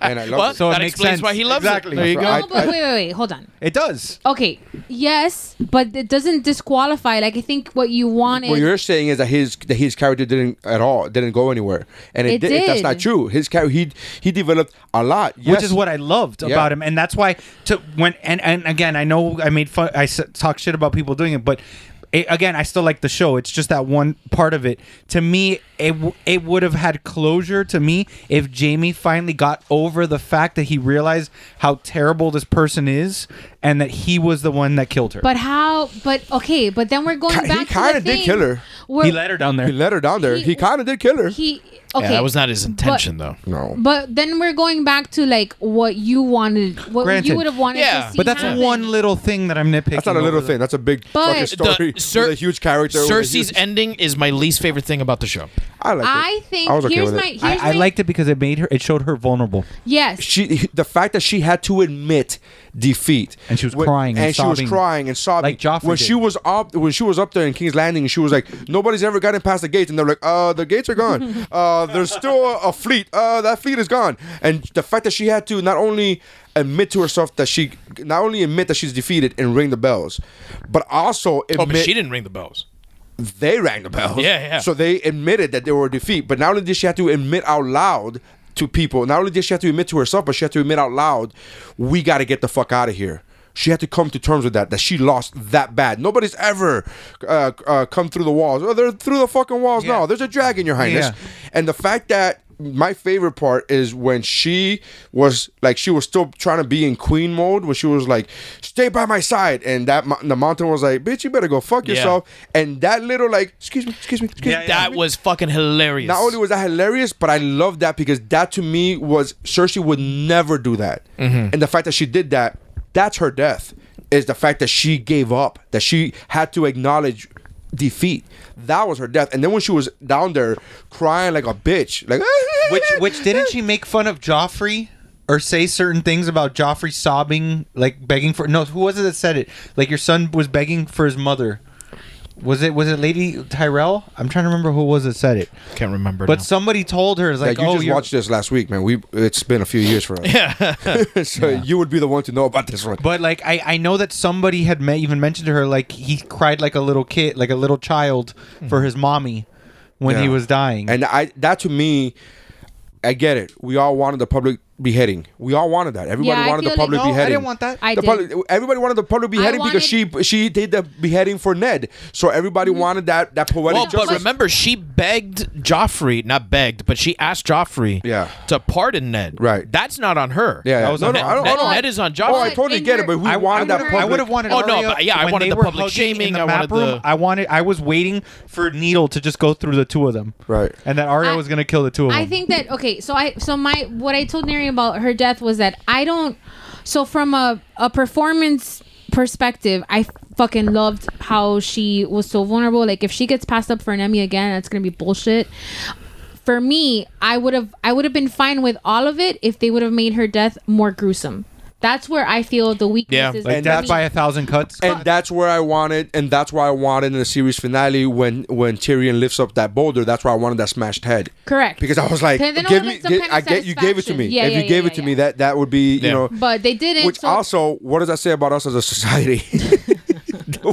Speaker 1: and I love
Speaker 4: Well,
Speaker 1: it.
Speaker 3: So it
Speaker 4: that
Speaker 3: makes
Speaker 4: explains
Speaker 3: sense.
Speaker 4: why he loves
Speaker 3: Exactly.
Speaker 4: it. There you
Speaker 1: That's
Speaker 4: go.
Speaker 1: right.
Speaker 2: No, but
Speaker 1: I-
Speaker 2: wait, wait, wait. Hold on.
Speaker 3: It does.
Speaker 2: Okay, yes, but it doesn't disqualify. Like I think what you wanted.
Speaker 1: What you're saying is that his that his character didn't at all didn't go anywhere, and it,
Speaker 2: It
Speaker 1: did, That's
Speaker 2: did.
Speaker 1: not true. His character he he developed a lot, yes.
Speaker 3: which is what I loved
Speaker 1: Yeah.
Speaker 3: about him, and that's why to when and and again, I know I made fun, I s- talk shit about people doing it, but it, again, I still like the show. It's just that one part of it. To me, it w- it would have had closure to me if Jamie finally got over the fact that he realized how terrible this person is, and that he was the one that killed her.
Speaker 2: but how? But okay. But then we're going
Speaker 1: Ki- he
Speaker 2: back.
Speaker 1: kinda
Speaker 2: to the
Speaker 1: did
Speaker 2: thing
Speaker 1: kill her.
Speaker 2: where
Speaker 3: he let her down there.
Speaker 1: He let her down there. He,
Speaker 2: He-
Speaker 1: kind of did kill her.
Speaker 2: He okay.
Speaker 4: Yeah, that was not his intention, though.
Speaker 1: no.
Speaker 2: But then we're going back to like what you wanted, what
Speaker 3: Granted.
Speaker 2: you would have wanted.
Speaker 4: Yeah,
Speaker 2: to see
Speaker 3: but that's
Speaker 2: happen.
Speaker 3: one little thing that I'm nitpicking.
Speaker 1: That's not a little thing. That's a big
Speaker 2: But-
Speaker 1: fucking story.
Speaker 4: The- Cer-
Speaker 1: (laughs) with a huge character. with a
Speaker 4: Cersei's
Speaker 1: huge- Oh,
Speaker 4: ending is my least favorite thing about the show.
Speaker 1: I like.
Speaker 2: I think
Speaker 1: was okay
Speaker 2: here's
Speaker 1: with it.
Speaker 2: my here's
Speaker 3: I, I
Speaker 2: my-
Speaker 3: liked it because it made her. It showed her vulnerable.
Speaker 2: yes.
Speaker 1: She, the fact that she had to admit defeat,
Speaker 3: And she was
Speaker 1: When-
Speaker 3: crying and
Speaker 1: and she was
Speaker 3: sobbing.
Speaker 1: crying and sobbing.
Speaker 3: Like Joffrey
Speaker 1: when
Speaker 3: did.
Speaker 1: she was up, when she was up there in King's Landing, and she was like, "Nobody's ever gotten past the gates," and they're like, "Uh, the gates are gone. uh, there's still a, a fleet. Uh, that fleet is gone." And the fact that she had to not only admit to herself that she, not only admit that she's defeated and ring the bells, but also admit
Speaker 4: Oh, but she didn't ring the bells.
Speaker 1: they rang the bell.
Speaker 4: Yeah, yeah.
Speaker 1: So they admitted that they were a defeat. But not only did she have to admit out loud to people, not only did she have to admit to herself, but she had to admit out loud, we got to get the fuck out of here. She had to come to terms with that, that she lost that bad. Nobody's ever uh, uh, come through the walls. Oh, they're through the fucking walls now. There's a dragon, Your Highness.
Speaker 3: Yeah.
Speaker 1: And the fact that my favorite part is when she was like she was still trying to be in queen mode when she was like stay by my side and that mo- the mountain was like bitch you better go fuck
Speaker 4: Yeah.
Speaker 1: yourself and that little like excuse me excuse me excuse me
Speaker 4: That was fucking hilarious.
Speaker 1: not only was that hilarious but I love that because that to me was Cersei would never do that
Speaker 3: Mm-hmm.
Speaker 1: and the fact that she did that that's her death is the fact that she gave up that she had to acknowledge defeat. That was her death. And then when she was down there crying like a bitch, like (laughs)
Speaker 3: which which didn't she make fun of Joffrey or say certain things about Joffrey sobbing, like begging for no? Who was it that said it? Like your son was begging for his mother. Was it was it Lady Tyrell? I'm trying to remember who it was that said it.
Speaker 4: Can't remember.
Speaker 3: But
Speaker 4: now.
Speaker 3: somebody told her it's
Speaker 1: Yeah,
Speaker 3: like,
Speaker 1: you
Speaker 3: oh,
Speaker 1: just
Speaker 3: you're-
Speaker 1: watched this last week, man. We it's been a few years for
Speaker 3: (laughs)
Speaker 1: us. (laughs) so you would be the one to know about this one.
Speaker 3: But like I, I know that somebody had me- even mentioned to her like he cried like a little kid, like a little child for his mommy when he
Speaker 1: Mm-hmm. Yeah.
Speaker 3: was dying.
Speaker 1: And I that to me, I get it. We all wanted the public beheading. We all wanted that. Everybody
Speaker 2: Yeah, I
Speaker 1: wanted
Speaker 2: feel
Speaker 1: the
Speaker 2: like-
Speaker 1: public
Speaker 2: No, I
Speaker 1: beheading.
Speaker 3: didn't want that.
Speaker 2: I
Speaker 1: the
Speaker 2: did.
Speaker 1: public- everybody wanted the public beheading because she she did the beheading for Ned. So everybody
Speaker 2: Mm-hmm.
Speaker 1: wanted that that poetic
Speaker 4: well, but
Speaker 1: justice.
Speaker 4: remember, she begged Joffrey, not begged, but she asked Joffrey
Speaker 1: Yeah.
Speaker 4: to pardon Ned.
Speaker 1: Right.
Speaker 4: That's not on her.
Speaker 1: yeah, yeah.
Speaker 3: was
Speaker 1: no,
Speaker 3: on
Speaker 1: no,
Speaker 4: Ned,
Speaker 1: I don't, I
Speaker 4: Ned-
Speaker 1: don't,
Speaker 4: Ned is
Speaker 1: Oh,
Speaker 4: on
Speaker 1: I
Speaker 4: Joffrey.
Speaker 2: But
Speaker 1: totally
Speaker 2: in
Speaker 1: get
Speaker 2: her-
Speaker 1: it, but we
Speaker 2: I-
Speaker 1: wanted that
Speaker 2: I
Speaker 1: public.
Speaker 3: would have wanted.
Speaker 4: Oh, no,
Speaker 3: Arya
Speaker 4: but, yeah, I
Speaker 3: when
Speaker 4: wanted
Speaker 3: they
Speaker 4: the
Speaker 3: were
Speaker 4: public
Speaker 3: hugging in
Speaker 4: shaming,
Speaker 3: the
Speaker 4: I wanted
Speaker 3: map room,
Speaker 4: the-
Speaker 3: I wanted. I was waiting for Needle to just go through the two of them.
Speaker 1: Right.
Speaker 3: And that Arya
Speaker 2: I-
Speaker 3: was gonna kill the two of them.
Speaker 2: I think that okay. So I so my what I told Neri about her death was that I don't. So from a a performance perspective, I fucking loved how she was so vulnerable. Like if she gets passed up for an Emmy again, that's gonna be bullshit. For me, I would have I would have been fine with all of it if they would have made her death more gruesome. That's where I feel the weakness
Speaker 4: Yeah,
Speaker 2: is.
Speaker 3: like
Speaker 2: for
Speaker 3: death
Speaker 2: me.
Speaker 3: by a thousand cuts.
Speaker 1: and that's where I wanted, and that's why I wanted in the series finale when when Tyrion lifts up that boulder. That's why I wanted that smashed head.
Speaker 2: Correct.
Speaker 1: Because I was like,
Speaker 2: Then there would've
Speaker 1: give me,
Speaker 2: been some
Speaker 1: gi-
Speaker 2: kind of
Speaker 1: I get you gave it to me.
Speaker 2: satisfaction. Yeah,
Speaker 1: if
Speaker 2: yeah,
Speaker 1: you
Speaker 2: yeah,
Speaker 1: gave
Speaker 2: yeah,
Speaker 1: it to
Speaker 2: yeah.
Speaker 1: me, that that would be you
Speaker 4: Yeah.
Speaker 1: know.
Speaker 2: but they didn't.
Speaker 1: Which
Speaker 2: so-
Speaker 1: also, what does that say about us as
Speaker 2: (laughs)
Speaker 1: a society? (laughs)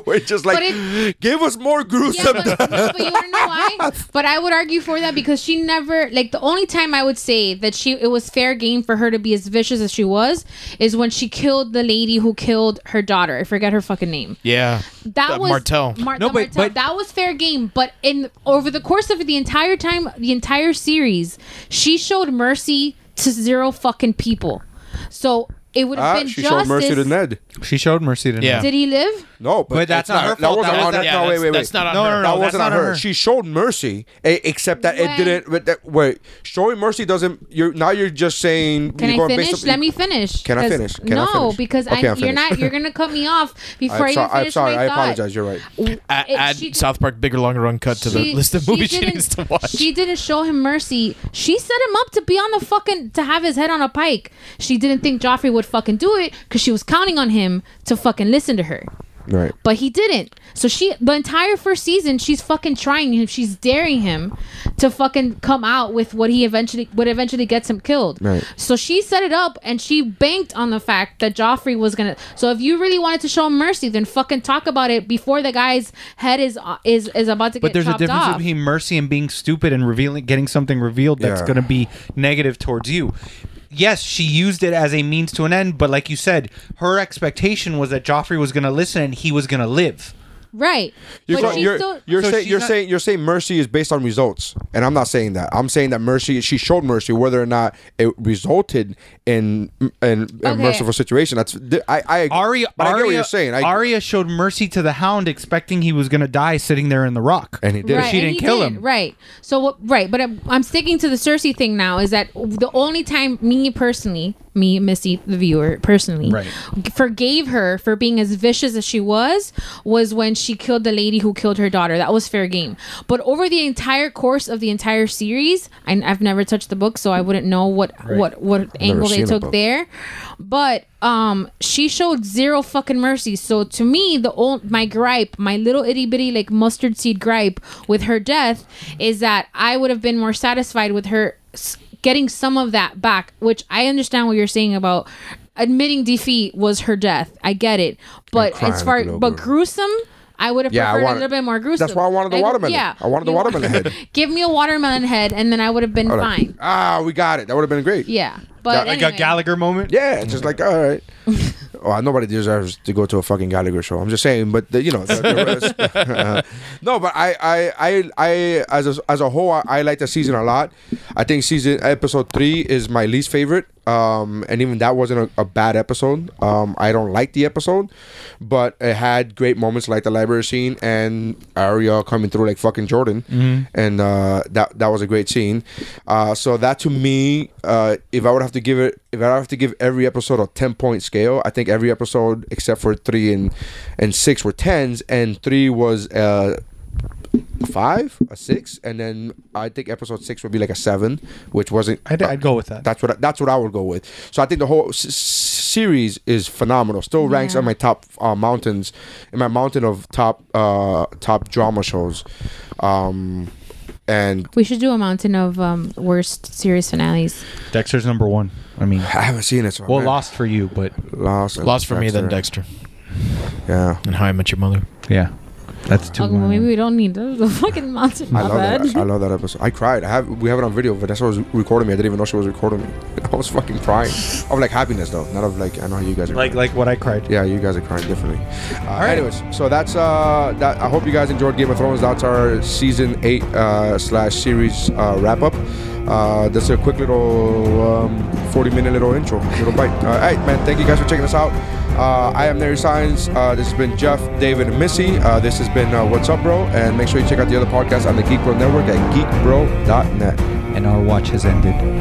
Speaker 1: We're just like,
Speaker 2: But it-
Speaker 1: give us more
Speaker 2: Yeah,
Speaker 1: gruesome.
Speaker 2: but, but you wanna know why? But I would argue for that because she never like the only time I would say that she it was fair game for her to be as vicious as she was is when she killed the lady who killed her daughter. I forget her fucking name.
Speaker 4: Yeah.
Speaker 2: That
Speaker 4: Uh,
Speaker 2: was
Speaker 4: Martell.
Speaker 2: Mar-
Speaker 3: No,
Speaker 2: the
Speaker 3: but-
Speaker 2: Martell.
Speaker 3: but-
Speaker 2: that was fair game. But in over the course of the entire time, the entire series, she showed mercy to zero fucking people. So it would have
Speaker 1: (laughs) Ah,
Speaker 2: been
Speaker 1: she
Speaker 2: justice.
Speaker 1: showed mercy to Ned.
Speaker 3: she showed mercy to
Speaker 4: Yeah.
Speaker 3: Ned.
Speaker 2: Did he live?
Speaker 1: No, but,
Speaker 3: But
Speaker 1: it's
Speaker 3: that's not her
Speaker 1: That
Speaker 3: fault.
Speaker 1: wasn't
Speaker 3: That-
Speaker 1: on.
Speaker 3: that-
Speaker 1: her.
Speaker 4: yeah,
Speaker 1: no, wait,
Speaker 4: that's-
Speaker 1: wait, wait.
Speaker 4: that's not on
Speaker 3: No,
Speaker 4: her.
Speaker 3: no, no,
Speaker 1: that
Speaker 3: that's
Speaker 1: wasn't
Speaker 3: not
Speaker 1: on
Speaker 3: on
Speaker 1: her.
Speaker 3: her.
Speaker 1: She showed mercy, e- except that it
Speaker 2: When-
Speaker 1: didn't. But that, wait, showing mercy doesn't. You're now you're just saying.
Speaker 2: Can
Speaker 1: you're
Speaker 2: I
Speaker 1: going based
Speaker 2: finish?
Speaker 1: on-
Speaker 2: Let me finish.
Speaker 1: Can I
Speaker 2: 'Cause-
Speaker 1: finish? Can I
Speaker 2: no,
Speaker 1: finish?
Speaker 2: because
Speaker 1: Okay,
Speaker 2: I,
Speaker 1: I'm
Speaker 2: you're not.
Speaker 1: finished.
Speaker 2: You're gonna cut me
Speaker 1: (laughs)
Speaker 2: off before i
Speaker 1: I'm, so-
Speaker 2: even finish
Speaker 1: I'm sorry.
Speaker 2: my
Speaker 1: I
Speaker 2: thought.
Speaker 1: apologize. You're right.
Speaker 4: Add,
Speaker 2: It-
Speaker 4: add
Speaker 2: she-
Speaker 4: South Park bigger, longer run cut to the list of movies she
Speaker 2: didn't-
Speaker 4: needs to watch.
Speaker 2: She didn't show him mercy. She set him up to be on the fucking to have his head on a pike. She didn't think Joffrey would fucking do it because she was counting on him to fucking listen to her.
Speaker 1: Right.
Speaker 2: But he didn't. So she the entire first season, she's fucking trying him. She's daring him to fucking come out with what he eventually what eventually gets him killed.
Speaker 1: Right.
Speaker 2: So she set it up and she banked on the fact that Joffrey was gonna. So if you really wanted to show him mercy, then fucking talk about it before the guy's head is is is about to get
Speaker 3: But there's a
Speaker 2: chopped
Speaker 3: difference
Speaker 2: off.
Speaker 3: between mercy and being stupid and revealing, getting something revealed that's
Speaker 1: Yeah.
Speaker 3: going to be negative towards you. Yes, she used it as a means to an end, but like you said, her expectation was that Joffrey was going to listen and he was going to live.
Speaker 2: right.
Speaker 1: You're,
Speaker 2: but
Speaker 1: going,
Speaker 2: she
Speaker 1: you're,
Speaker 2: still,
Speaker 1: you're,
Speaker 3: So
Speaker 1: saying,
Speaker 3: she's
Speaker 1: you're
Speaker 3: not-
Speaker 1: saying you're saying mercy is based on results, and I'm not saying that. I'm saying that mercy she showed mercy, whether or not it resulted in in a
Speaker 2: Okay.
Speaker 1: merciful situation. That's I I
Speaker 3: Arya,
Speaker 1: but I
Speaker 3: Arya,
Speaker 1: get what you're saying. I,
Speaker 3: Arya showed mercy to the Hound, expecting he was going to die sitting there in the rock.
Speaker 1: and he did.
Speaker 2: Right,
Speaker 3: she
Speaker 2: and
Speaker 3: didn't
Speaker 2: he
Speaker 3: kill
Speaker 2: didn't,
Speaker 3: him.
Speaker 2: Right. So what? Right. But I'm, I'm sticking to the Cersei thing now. Is that the only time me personally, me Missy, the viewer personally,
Speaker 3: Right.
Speaker 2: forgave her for being as vicious as she was was when she killed the lady who killed her daughter. That was fair game. But over the entire course of the entire series, and I've never touched the book, so I wouldn't know what what what angle they
Speaker 1: seen a
Speaker 2: took
Speaker 1: book.
Speaker 2: there. But um, she showed zero fucking mercy. So to me, the old my gripe, my little itty bitty like mustard seed gripe with her death is that I would have been more satisfied with her s- getting some of that back. Which I understand what you're saying about admitting defeat was her death. I get it, but
Speaker 1: crying
Speaker 2: as
Speaker 1: like
Speaker 2: far
Speaker 1: a little
Speaker 2: but
Speaker 1: girl.
Speaker 2: gruesome. I would have
Speaker 1: Yeah, I
Speaker 2: preferred
Speaker 1: wanted-
Speaker 2: a little bit more gruesome.
Speaker 1: that's why I wanted the
Speaker 2: Like,
Speaker 1: watermelon. I wanted the
Speaker 2: you want-
Speaker 1: watermelon head.
Speaker 2: (laughs) Give me a watermelon head, and then I would have been
Speaker 1: Hold on.
Speaker 2: fine.
Speaker 1: Ah, we got it. That would have been great.
Speaker 2: Yeah, but
Speaker 1: Yeah, I
Speaker 3: Like a
Speaker 2: anyway.
Speaker 3: Gallagher moment.
Speaker 1: Yeah, it's just like all right. oh, nobody deserves to go to a fucking Gallagher show. I'm just saying, but the, you know, the, the rest- (laughs) no, but I, I, I, I, as a, as a whole, I, I like the season a lot. I think season episode three is my least favorite, um, and even that wasn't a, a bad episode. Um, I don't like the episode, but it had great moments like the library scene and Arya coming through like fucking Jordan,
Speaker 3: Mm-hmm.
Speaker 1: and uh, that that was a great scene. Uh, so that to me, uh, if I would have to give it, if I would have to give every episode a ten point scale, I think every episode except for three and and six were tens, and three was. Uh, five, a six, and then I think episode six would be like a seven, which wasn't.
Speaker 3: I'd, I'd go with that.
Speaker 1: That's what I, that's what I would go with. So I think the whole s- s- series is phenomenal. Still ranks
Speaker 2: Yeah.
Speaker 1: on my top uh, mountains, in my mountain of top uh, top drama shows, um, and
Speaker 2: We should do a mountain of um, worst series finales.
Speaker 3: Dexter's number one. I mean,
Speaker 1: I haven't seen it. So
Speaker 3: well,
Speaker 1: man.
Speaker 3: lost for you, but
Speaker 1: lost,
Speaker 4: Lost for me, then Dexter,
Speaker 1: Yeah,
Speaker 4: and How I Met Your Mother.
Speaker 3: yeah, that's two.
Speaker 2: Okay, well, maybe we don't need the, the fucking mountain.
Speaker 1: I
Speaker 2: my
Speaker 1: love
Speaker 2: bad.
Speaker 1: that. I love that episode. I cried. I have we have it on video. Vanessa was recording me. I didn't even know she was recording me. (laughs) I was fucking crying of like happiness though, not of like I know you guys are
Speaker 3: like
Speaker 1: crying.
Speaker 3: like what I cried.
Speaker 1: Yeah, you guys are crying differently. Uh,
Speaker 3: right.
Speaker 1: Anyways, so that's uh, that. I hope you guys enjoyed Game of Thrones. That's our season eight uh, slash series uh, wrap up. Uh, that's a quick little um, forty minute little intro, little bite. Uh, all right, man. Thank you guys for checking us out. Uh, I am Nary Science. Uh, this has been Jeff, David, and Missy. Uh, this has been uh, What's Up, Bro. And make sure you check out the other podcasts on the Geek Bro Network at geekbro.net.
Speaker 3: And our watch has ended.